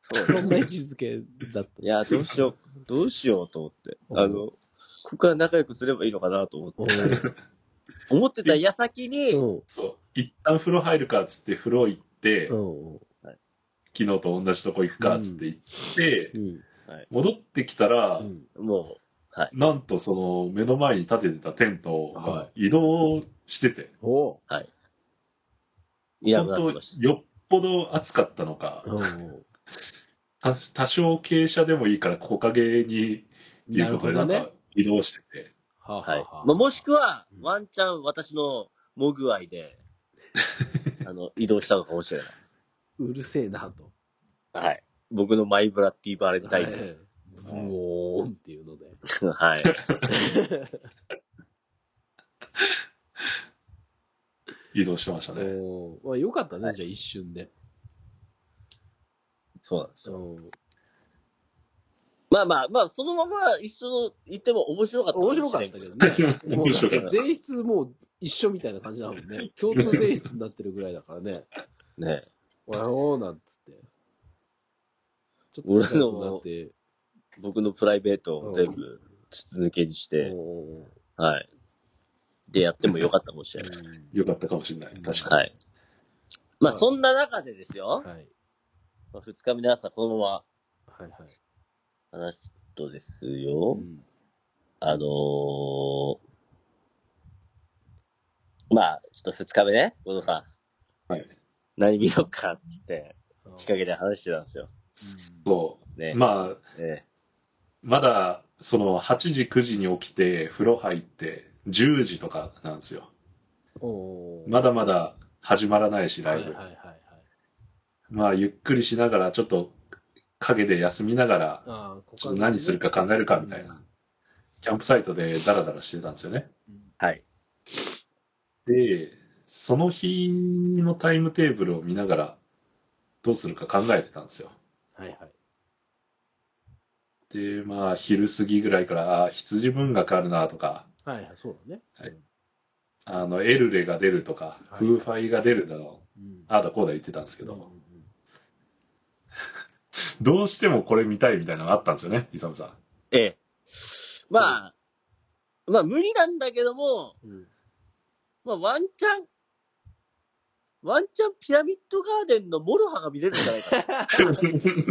そうそんな位置づけだった。いや、どうしよう、どうしようと思って。あの、ここから仲良くすればいいのかなと思って。お思ってた矢先に、ーそう。一旦風呂入るかっつって風呂行って、うん。うん。うん昨日と同じとこ行くかっつって行って、うん。戻ってきたら、うん。もなんとその目の前に立ててたテントはが移動してて、おう、いや、なっ本てまし当よっぽど暑かったのか、ーうん。た多少傾斜でもいいから木陰にっていなるうことほでなどんね。か移動してて、はあた。はい。はあはあまあ、もしくはう、んワンチャン私のモグ [laughs] 愛で、あの、移動したのかもしれない。うるせえなと。はい。僕のマイブラッディバレンタインはデいブオーンっていうので。ー。 [laughs] はい。移動してましたね。おーまあよかったね、じゃあ一瞬で。そうなんですよ。うんまあまあまあ、そのまま一緒の行っても面白かったも面しれ白かなっいたけどね。もう面白かった前室もう一緒みたいな感じだもん [laughs] ね。共通前室になってるぐらいだから [laughs] ね。ね。おやろうなんつって。ちょっ俺との仲良くなって。僕のプライベートを全部筒抜けにして、おーはい。で、やってもよかったかもしれない。よかったかもしれない。確かはい。まあ、はいそんな中でですうんよ、はい。まあ、2日目の朝、このまはいはい。ま話すとですうよ、んあのー、まあ、ちょっと2日目ね、小野さん。はい。何見ようか、っつって、あの日陰で話してたんですよ。そね。う。まあ、えまだ、その、8時、9時に起きて、風呂入って、10時とかなんですよ。おーまだまだ始まらないし、ラはイいはいブ。はいはい。まあ、ゆっくりしながら、ちょっと、影で休みながら、ああ、こちょっと何するか考えるかみたいな。キャンプサイトでダラダラしてたんですよね。えはい。で、その日のタイムテーブルを見ながら、どうするか考えてたんですよ。はいはい。で、まあ、昼過ぎぐらいから、あー羊文学あるなとか、はいはい、そうだね。あの、エルレが出るとか、はいフーファイが出るだろう、うん。ああだこうだ言ってたんですけうんうど、んどうしてもこれ見たいみたいなのがあったんですよね、イサムさん。ええ。まあ、まあ、無理なんだけども、うんうんまあ、ワンチャン、ワンチャンピラミッドガーデンのモロハが見れるんじゃないかな。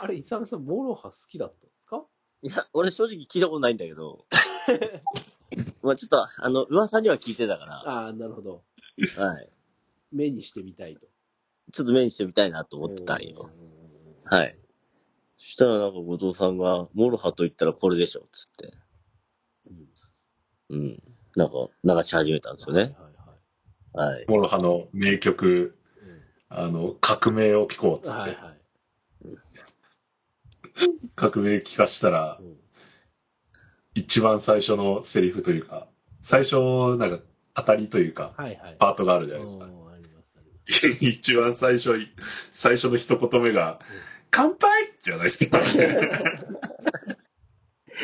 あれ、イサムさん、モロハ好きだったんですかいや、俺正直聞いたことないんだけ [laughs] ど。まあちょっと、あの、噂には聞いてたかああ、なるほど。ら、はい。目にしてみたいと。ちょっと目にしてみたいなと思ってたんうよ。んはい。そしたらなんか後藤さんが、モロハと言ったらこれでしょ、つって。うん。なんか、流し始めたんですよね。はいはいはいはい。モロハの名曲、あの、革命を聴こうっつっはいて、はい。革命聴かしたら、一番最初のセリフというか、最初、なんか、語りというか、はいはい。パートがあるじゃおないですか。ーありますありま一番最初、最初の一言目がうん、乾杯じゃないですか。やばい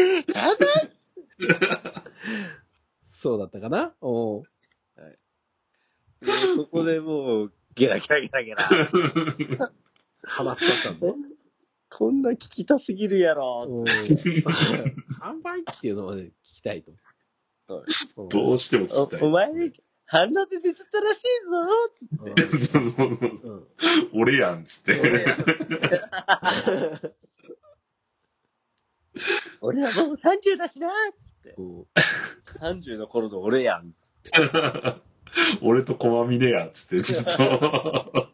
すそうだったかなおーそこでもう、ゲラゲラゲラゲラ。ハマっちゃったんだね。こんな聞きたすぎるやろ。おー販売っていうのをね、聞きたいと。そうおーどうしてもお聞きたい。お前、鼻で出てたらしいぞ。うんそうそうそう。うん俺やん、つって。そうね俺はもう30だしなこ30の頃の俺やん。俺と駒峰や、つってずっと。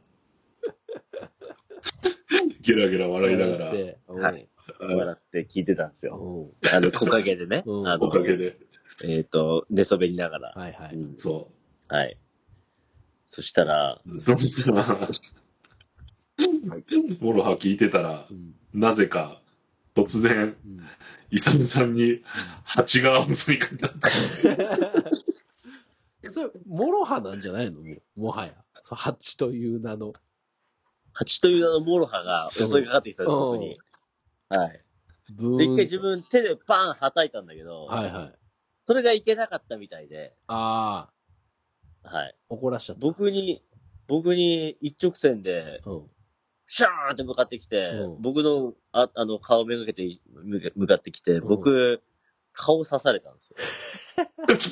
ゲラゲラう、笑いながら、ってはい。はい笑って聞いてたんですよ。おうあの、木陰でね。うんあのお、かげで。えっと、寝そべりながら。はいはうい。んそ [laughs] はい。そしたら、う。そしたら、モロハ聞いてたらう、んなぜか、突然、うんイサムさんに、蜂が襲いかかった。えそれ、モロハなんじゃないのもうもはや。そう、ハッチという名の。蜂という名のモロハが襲いかかってきたんです、僕に。はい。ブで、一回自ーン。分手でバーン叩いたんだけど、はいはい。それがいけなかったみたいで、ああ、はい。怒らしちゃった。僕に、僕に一直線で、うん。シャーンって向かってきて、うん僕の、ああの、顔めがけて向け向かってきて、ん僕、顔刺されたんですよ。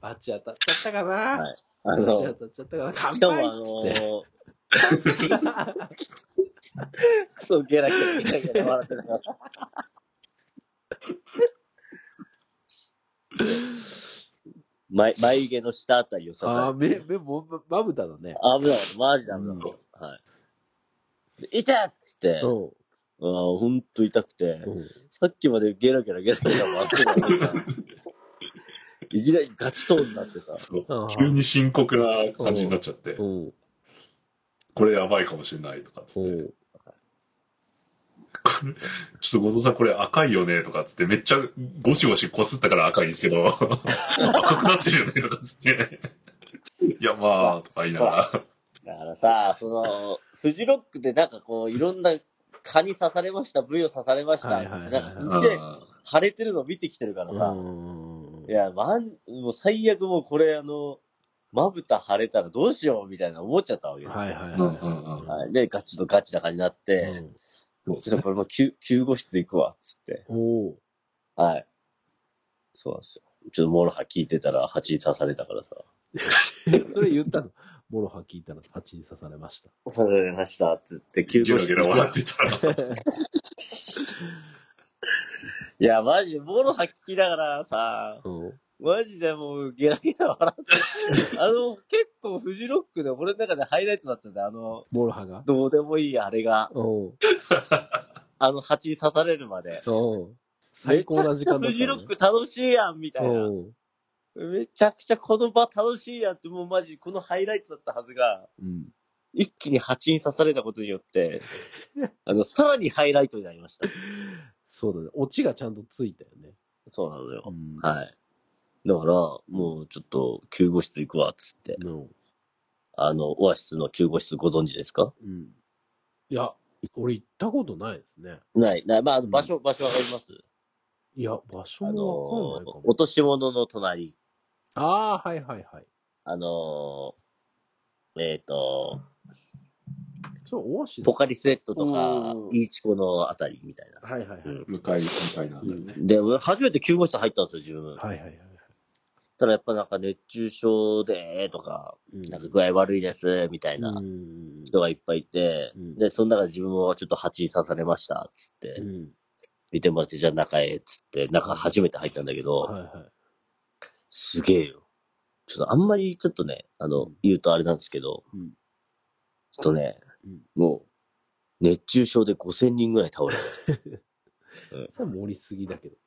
バチ当たっちゃったかな、はいバ [laughs] あの、チし当たっちゃったかな乾かもあ杯っつって。の、クソゲラゲラゲラゲラ笑ってなかった。眉眉毛の下あたりを刺されあたあ、目、目も、まぶただね。危なかった、マジで危なかった。はい。で痛っつって、うん。あーほんと痛くて、うんさっきまでゲラゲラゲラゲラ笑って [laughs] たのにいきなりガチトーンになってた。そうあー急に深刻な感じになっちゃってう、ん。これやばいかもしれないとかっつうって、ん。これちょっと後藤さんこれ赤いよねとかっつって、めっちゃゴシゴシこすったから赤いんですけど、 [laughs] 赤くなってるよねとかっつって、いやまあ、とか言いながら、だからさ、その、フジロックでなんかこう、いろんな蚊に刺されました、部位を刺されました、はいはいはいなんかすうっげえん腫れてるの見てきてるからうさ、んいや、まん、もう最悪もうこれあの、まぶた腫れたらどうしようみたいな思っちゃったわけですよ。はいはいうんうんうんははいで、ガチとガチな感じになって、い。うんそうでじすゃあねこれもう救救護室行くわ、つって。おお。はい。そうなんですよ。ちょっとモロハ聞いてたら蜂に刺されたからさ。それ言ったの。 [laughs] モロハ聞いたら蜂に刺されました。刺されました、つって救ゲ護ラ室ゲ行くラ笑わっ。てたら、いや、マジでモロハ聞きながらさ、うん。マジでもうゲラゲラ笑って。あの、結構フジロックで俺の中でハイライトだったんだよあの、モロハが。どうでもいいあれが、うん。うん。あの蜂に刺されるまで。最高な時間だっめちゃくちゃフジロた、ッね。ク楽しいやん、みたいな。うん。めちゃくちゃこの場楽しいやんって、もうマジこのハイライトだったはずが、うん。一気に蜂に刺されたことに [laughs] よって、あの、さらにハイライトになりました。そうだね。オチがちゃんとついたよね。そうなのよ。んはい。だから、もうちょっと救護室行くわ、つって。うん。あの、オアシスの救護室ご存知ですかうん。いや、俺行ったことないですね。ない。ないまあ、あの場所、場所わかりますいや、場所あのもわかんないかも。落とし物の隣。ああ、はいはいはい。あのー、えっ、と、そう、オアシス。ポカリスエットとかうん、イーチコのあたりみたいな。はいはいはい。うん向かい、向かいなんだよね。で、俺初めて救護室入ったんですよ、自分。はいはいはい。たらやっぱなんか熱中症で、とか、うんなんか具合悪いです、みたいなうん人がいっぱいいて、うんで、その中で自分もちょっと蜂に刺されました、つって、うん。見てもらって、じゃあ中へ、つって、中初めて入ったんだけど、はいはい。すげえよ。ちょっとあんまりちょっとね、あの、言うとあれなんですけど、うんちょっとね、うんもう、熱中症で5000人ぐらい倒れた。それは盛りすぎだけど。 [laughs]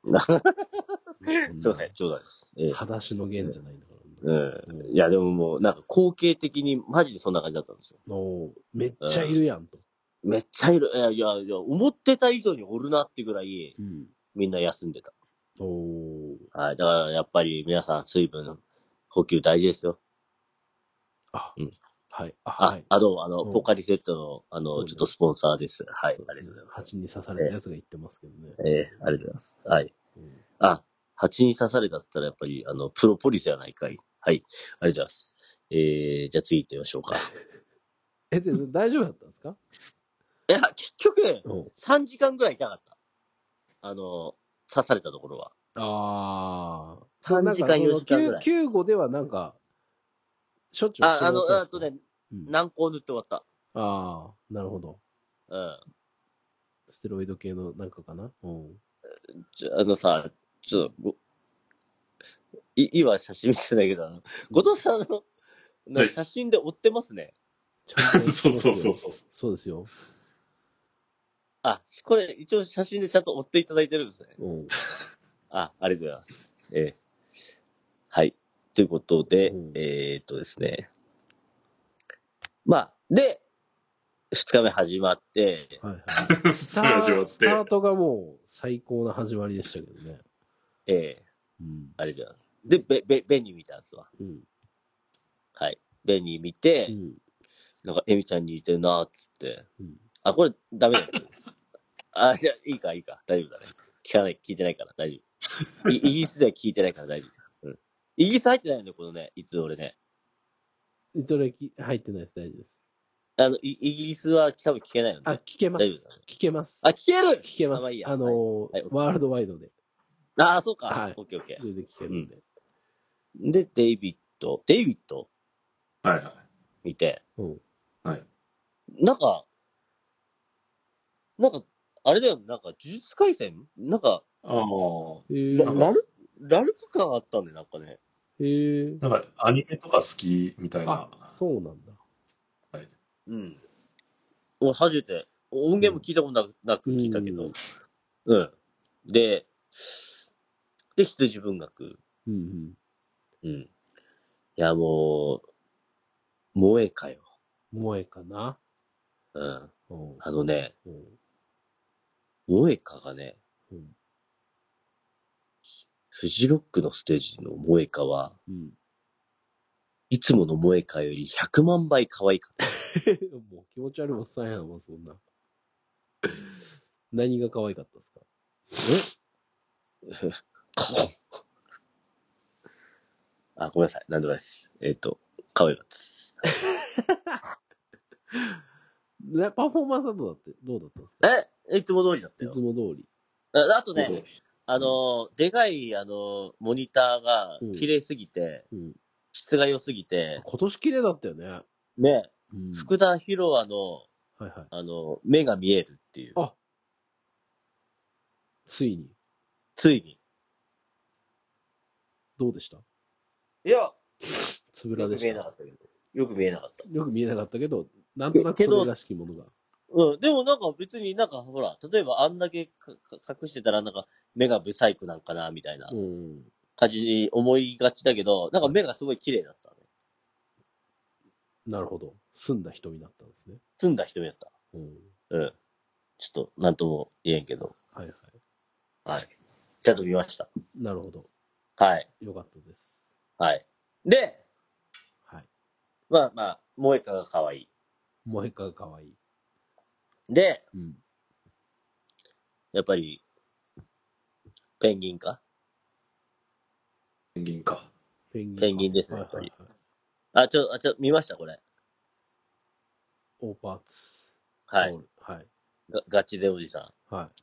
すいません、冗談です。ええ裸足の弦じゃないんだから。うん、いや、でももう、なんか、光景的に、マジでそんな感じだったんですよ。おーめっちゃいるやんと。めっちゃいる。いやいや、いや思ってた以上におるなってぐらい、うん。みんな休んでた。おお。はい。だから、やっぱり皆さん、水分補給大事ですよ。あうん、はい。あ、あ、はい。あ、どうも、あうの、んポカリセットの、あそうの、ねちょっとスポンサーです。はいそう。ありがとうございます。蜂に刺されたやつが言ってますけどね。ええありがとうございます。はい。うんあ、蜂に刺されたって言ったら、やっぱり、あの、プロポリスやないかい。はい。ありがとうございます。えー、じゃあ次行ってみましょうか。え、で、大丈夫だったんですかいや、結局、うん。 3時間ぐらいいなかった。あの、刺されたところは。ああ。 3時間、4時間ぐらい。救護ではなんか、しょっちゅうあ、襲われあの、たんあですかとね、うん軟膏塗って終わった。ああ、なるほど。うん。ステロイド系のなんかかな [laughs] うん。ちょあのさ、ちょっとご、い、今写真見てないけど、あの、後藤さんあの、なんはいか写真で追ってますね。ちゃんとそうそうそうそう。そうですよ。あ、これ一応写真でちゃんと追っていただいてるんですね。うん。あ、ありがとうございます。えーはい。ということで、うんえーっとですね。まあ、で、二日目始まって、 [laughs] はいはい。スタジオっスターて。トがもう最高な始まりでしたけどね。えうん。ーありがとうございます。で、べ、べ、ベニー見たんですわ。うん。はい。ベニー見て、うん。なんか、エミちゃんに似てるなーっつって。うんあ、これ、ダメだよ。あ、じゃあいいか、いいか。大丈夫だね。聞かない、聞いてないから、大丈夫。いイギリスでは聞いてないから大丈夫。うん。イギリス入ってないんだよ、このね、いつ俺ね。それき入ってないです。大丈夫です。あの、イイギリスは多分聞けないよあ、ね。聞けます大丈夫だね。聞けます。あ、聞ける聞けまあす。まああいいのやーはいはいワールドワイドで。ああ、そうか。はいオッケーオッケ全然聞けるんで。ー。で、デイビッド、デイビッドはいはい。見て。うん。なんか、なんか、あれだよね、なんか、呪術廻戦なんか、ああ。えラー、ラル、ラルク感あったんだよ、なんかね。えー、なんかアニメとか好きみたいなあ。、そうなんだ。うん。俺初めて、音源も聞いたことなく,、なく聞いたけど、うん。で、で、羊文学。うんうん。うん。いや、もう、萌えかよ。萌えかな。うん。うん。あのね、うん [laughs] 萌えかがね、うんフジロックのステージの萌えかは、うん。いつもの萌えかより100万倍可愛かった。もう気持ち悪いおっさんやな、もうそんな。何が可愛かったですか [laughs] あ、ごめんなさい。なんでもないです。えっ、と、可愛かったです。ねパフォーマンスはどうだって、どうだったんですかえ、いつも通りだったいよつ。も通り。ああとねそう、あの、でかい、あの、モニターがうん綺麗すぎて、うん。質が良すぎて、今年綺麗だったよね。ね、うん。福田博和の、はいはい。あの、目が見えるっていうあ。ついに、ついに。どうでしたいや、つぶらでした。ったけど。よく見えなかった。よく見えなかったけど、なんとなくけそどれらしきものが。うん、でもなんか別になんかほら、例えばあんだけかか隠してたらなんか目がブサイクなんかな、みたいなうん。感じに思いがちだけど、なんか目がすごい綺麗だったね。なるほど。澄んだ瞳だったんですね。澄んだ瞳だった。うん。うん。ちょっと、なんとも言えんけど。はいはい。はい。ちゃんと見ました。なるほど。はい。よかったです。はい。で、はい。まあまあ、萌えかが可愛い。萌えかが可愛い。で、うん。やっぱり、ペンギンかペンギンか。ペンギンか。ペンギンですねはいはいやはっい。あ、ちょ、あ、ちょ、見ましたこれ。オーパーツ。はタいオ。ル。はい。がガチでおじさん。はい。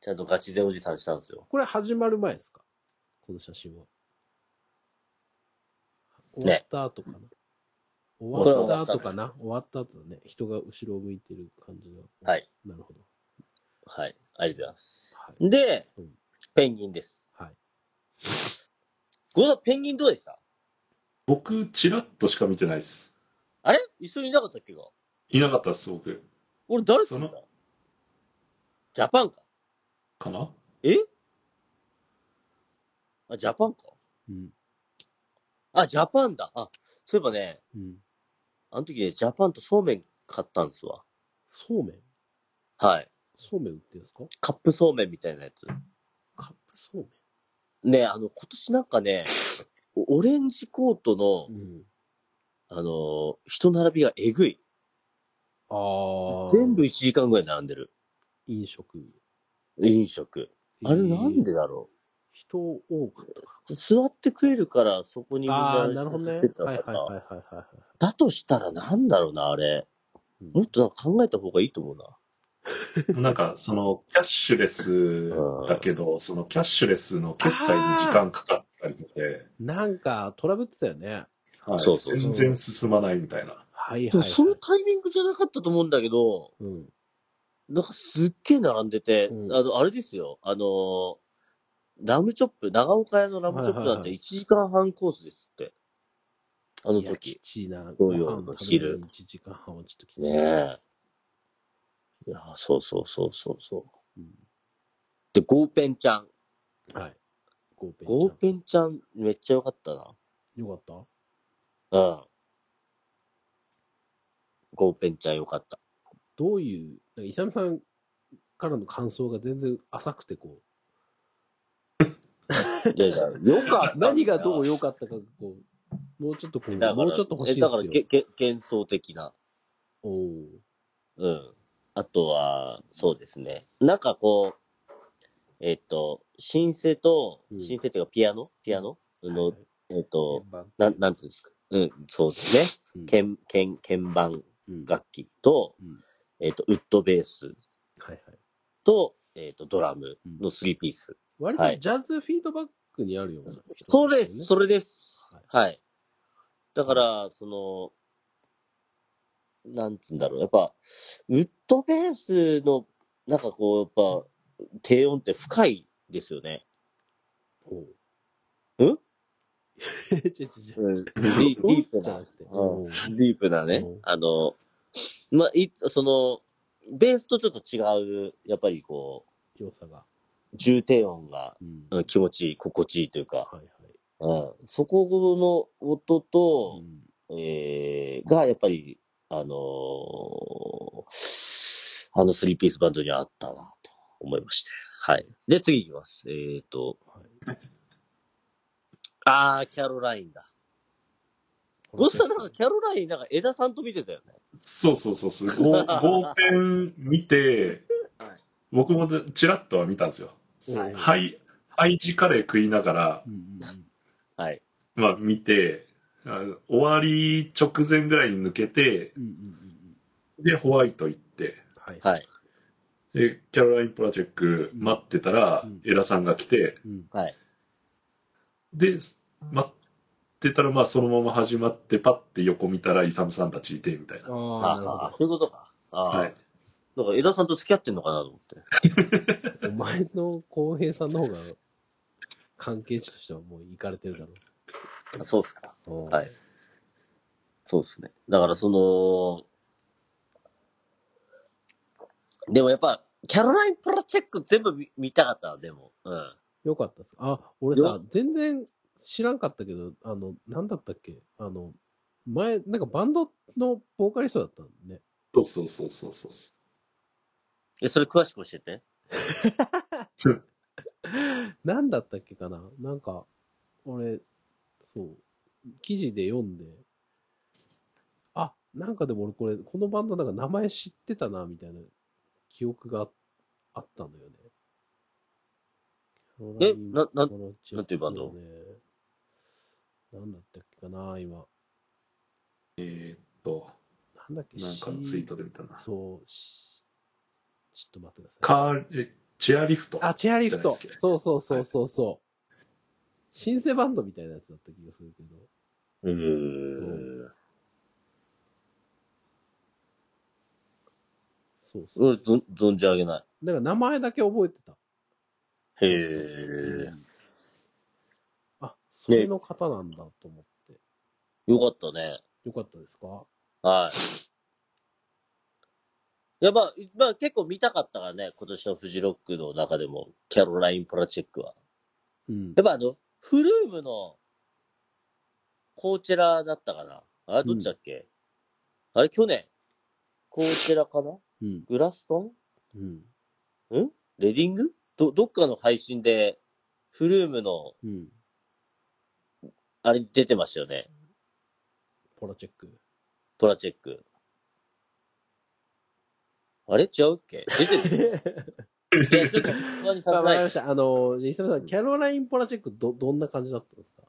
ちゃんとガチでおじさんしたんですよ。これ始まる前ですかこの写真は。終わねった後かな、こ終れわはった終わった後かな終わった後だね。人が後ろを向いてる感じが。はい。なるほど。はい。ありがとうございます。はい。でうん、ペンギンです。はい。ゴ田ペンギンどうでした僕、チラッとしか見てないです。あれ一緒にいなかったっけかいなかったです、僕。俺誰と見たそジャパンか。かなえあ、ジャパンか。うん。あ、ジャパンだ。あ、そういえばね、うん。あの時ね、ジャパンとそうめん買ったんですわ。そうめんはい。そうめん売ってるんですかカップそうめんみたいなやつ。カップそうね、あの、今年なんかね、おオレンジコートめの、んうん。あのー人並びがえぐい。ああ。全部1時間ぐらい並んでる。飲食。飲食。あれなんえーでだろ人多かったか。う、座って食えるからそこにみんああなー、なるほどね。はやいってたはいはいからはいはいはだとしたらなんだろうな、あれ。い。うんもっとなんか考えた方がいいと思うな。なんか、その、キャッシュレスだけど、そのキャッシュレスの決済に時間かかったりとかで、なんか、トラブってたよね。はいそうそうそう全然進まないみたいな。はいではい、もはい。そのタイミングじゃなかったと思うんだけど、うん。なんかすっげえ並んでて、うんあの、あれですよ、あのーラムチョップ、長岡屋のラムチョップはいなはんいてはい1時間半コースですって。あのいや、き時。ちいな。そごう飯よ食べるのに1時間半はちょっときつい。ねえ。いや、そうそうそうそうそう。うんで、ゴーペンちゃん。はい。ゴーペンちゃん。ゴーペンちゃんめっちゃ良かったな。よかったうん。ゴーペンちゃん良かった。どういう、なんかイサムさんからの感想が全然浅くてこいやいや、良かったんだよう、。何がどう良かったか、こう、もうちょっとこう、だからもうちょっと欲しいえでだからすよげ。げ幻想的な。おおーうん。あとは、そうですね。なんかこう、えっと、シンセとう、んシンセというかピアノピアノの、はいえっと、はいなん、なんていうんですか。うん、そうですね。うん鍵、鍵、鍵盤うん楽器と、うんえっと、ウッドベースはいはい。と、えっと、ドラムの3ピース。割はといジャズフィードバックにあるような人なんよそねうです、それです。はい。だから、その、なんつうんだろう、やっぱ、ウッドベースの、なんかこう、やっぱ、低音って深いですよね。おう。 [laughs] ん違う違う違う。うん、ディディープじゃななくて。ううんん、ディープなねうん、あの、まあ、いその、ベースとちょっと違う、やっぱりこ良さが。う、重低音が、うんうはん、い気持ちいい、心地いいというか、はい。うん、そこの音と、うんえー、が、やっぱり、あのーあのスリーピースバンドにはあったな、と思いまして。はい。で、次いきます。えっ、と、はいあー、キャロラインだ。ゴスさんなんかキャロライン、なんか枝さんと見てたよね。そうそうそうそう。ゴーゴーペン見てはい、僕もチラッとは見たんですよ。はいハイ、ハイジカレー食いながらう、んうんうんはい。まあ見て、あ終わり直前ぐらいに抜けて、うんうんうんで、ホワイト行って、はい。はい。で、キャロラインプロジェクト待ってたら、うんエラさんが来て、うんはい。で、待ってたら、まあそのまま始まって、パッて横見たら、イサムさんたちいて、みたいな。あああ、なるあー、そういうことか。ああー、はい。なんか枝さんと付き合ってんのかなと思って。ほど。お前の浩平さんの方が、関係値としてはもう行かれてるだろあそうっすか。う。うんはい。そうですね。だからその、でもやっぱ、キャロラインプロチェック全部見見たかったな、でも。うん。よかったっす。あ、俺さよ、全然知らんかったけど、あの、なんだったっけあの、前、なんかバンドのボーカリストだったんね。そうそうそうそうそう。え、それ詳しく教えて。なんだったっけかななんか、俺、そう、記事で読んで、あ、なんかでも俺これ、このバンドなんか名前知ってたな、みたいな記憶があったんだよね。えなななんなんていうバンドなんだったっけかな今。えーっと、なんだっけなんかの C- ツイートで見たな。そう、しちょっと待ってください。カーえチェアリフト。 [laughs] あ、チェアリフトじゃないですけどそうそうそうそうそう。シンセバンドみたいなやつだった気がするけど。うーんん。そうそう。うん、ぞん存じ上げなだから名前だけ覚えてた。い。へえ。あ、それの方なんだと思って。よかったね。よかったですかはい。やっぱ、まあ結構見たかったからね、今年のフジロックの中でも、キャロラインプロチェックは。うんや。っぱあの、フルームの、コーチェラだったかなあれどっちだっけ、あれ去年コーチェラかなうん。グラストうん。ンんレディングど、どっかの配信で、フルームの、うん。あれ出てましたよね。ポラチェッ [laughs] ク。プラチェック。あれ違うっけ出 [laughs] てるいや、ちょっと、不安にさまあ、せわかりなまい。した。あの、じゃあ、イサムさん、キャロライン・ポラチェック、ど、どんな感じだったんですか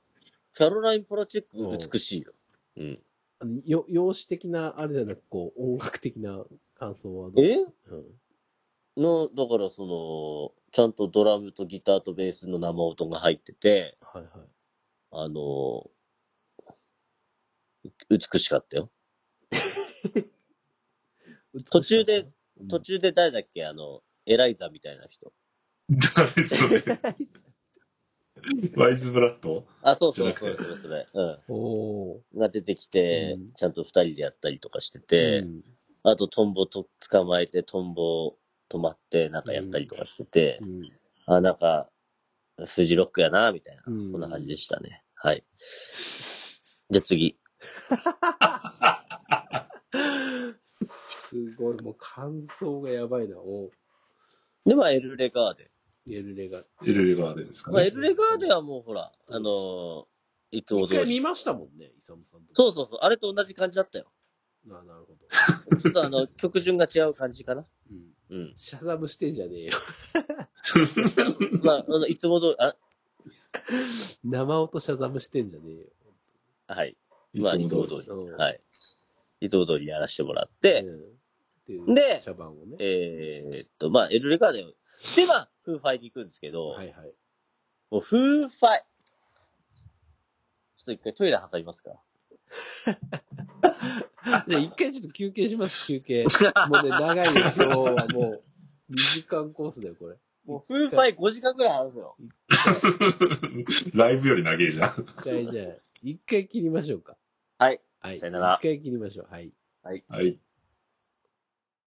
キャロラインプラチェッうんク、美しいよ。うん。あの、よ、容姿的な、あれじゃなく、こう、音楽的な感想はどうえうん。の、だからその、ちゃんとドラムとギターとベースの生音が入ってて、はいはい。あの、美しかったよ。途中で、うん途中で誰だっけあの、エライザみたいな人。誰それワイズブラッドあ、そうそう、じそゃれなくてそれそれ。う [laughs] おーん。が出てきて、うんちゃんと二人でやったりとかしてて、うんあとトンボと捕まえて、トンボ止まって、なんかやったりとかしてて、うんあ、なんか、フジロックやな、みたいな、うんこんな感じでしたね。はい。じゃあ次。すごい、もう感想がやばいな。おで、まあ、エルレガーデエルレが。エルレガーデンですかン。まあ、ね。エルレガーデンはもうほら、あのー、いつも一通回り。見ましたもんね、イサムさんと。そうそうそう、あれと同じ感じだったよ。あなるほど。ちょっとあの、曲順が違う感じかな。うん。うん。シャザムしてんじゃねえよ。まあ、あの、いつも通り、あ、生音シャザムしてんじゃねえよ。はい。いまあ、ついもつも通通り。り。うんはい。いつも通りやらせてもらって、うんっていうで茶番をね。えーっと、まあ、エルレガーデン。で、まあ、フーファイに行くんですけど、はいはい。もう、フーファイ。ちょっと一回トイレ挟みますか。で、一回ちょっと休憩します、休憩。もうね、長いよ、今日はもう。2時間コースだよ、これ。もう、フーファイ5時間くらい話すよ。ライブより長いじゃん。じゃあ、じゃあ、一回切りましょうか。はい。はい。さよなら一回切りましょう。はい。はい。